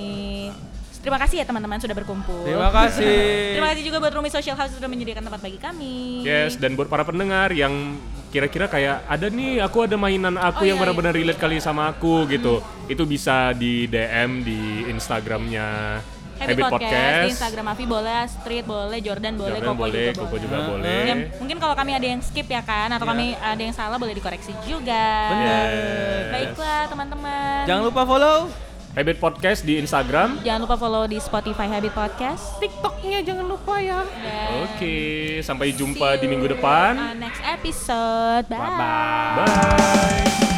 B: Terima kasih ya teman-teman sudah berkumpul.
A: Terima kasih.
B: Terima kasih juga buat Rumi Social House sudah menyediakan tempat bagi kami.
D: Yes, dan buat para pendengar yang kira-kira kayak ada nih aku ada mainan
B: Oh,
D: aku yang
B: iya,
D: benar-benar relate kali sama aku gitu. Itu bisa di DM di Instagramnya
B: Happy, podcast, di Instagram Avi boleh, Street boleh, Jordan boleh,
D: Instagram
B: Koko
D: boleh,
B: juga
D: Koko
B: boleh.
D: juga
A: Heeh.
D: boleh.
B: Ya, mungkin kalau kami ada yang skip ya kan atau kami ada yang salah boleh dikoreksi juga.
A: Iya. Benar.
B: Baiklah teman-teman.
A: Jangan lupa follow.
D: Habit Podcast di Instagram.
B: Jangan lupa follow di Spotify Habit Podcast. TikToknya jangan lupa ya. Dan
D: Oke, sampai jumpa
B: see
D: di
B: you
D: minggu depan.
B: on next episode. Bye.
A: Bye.
D: Bye.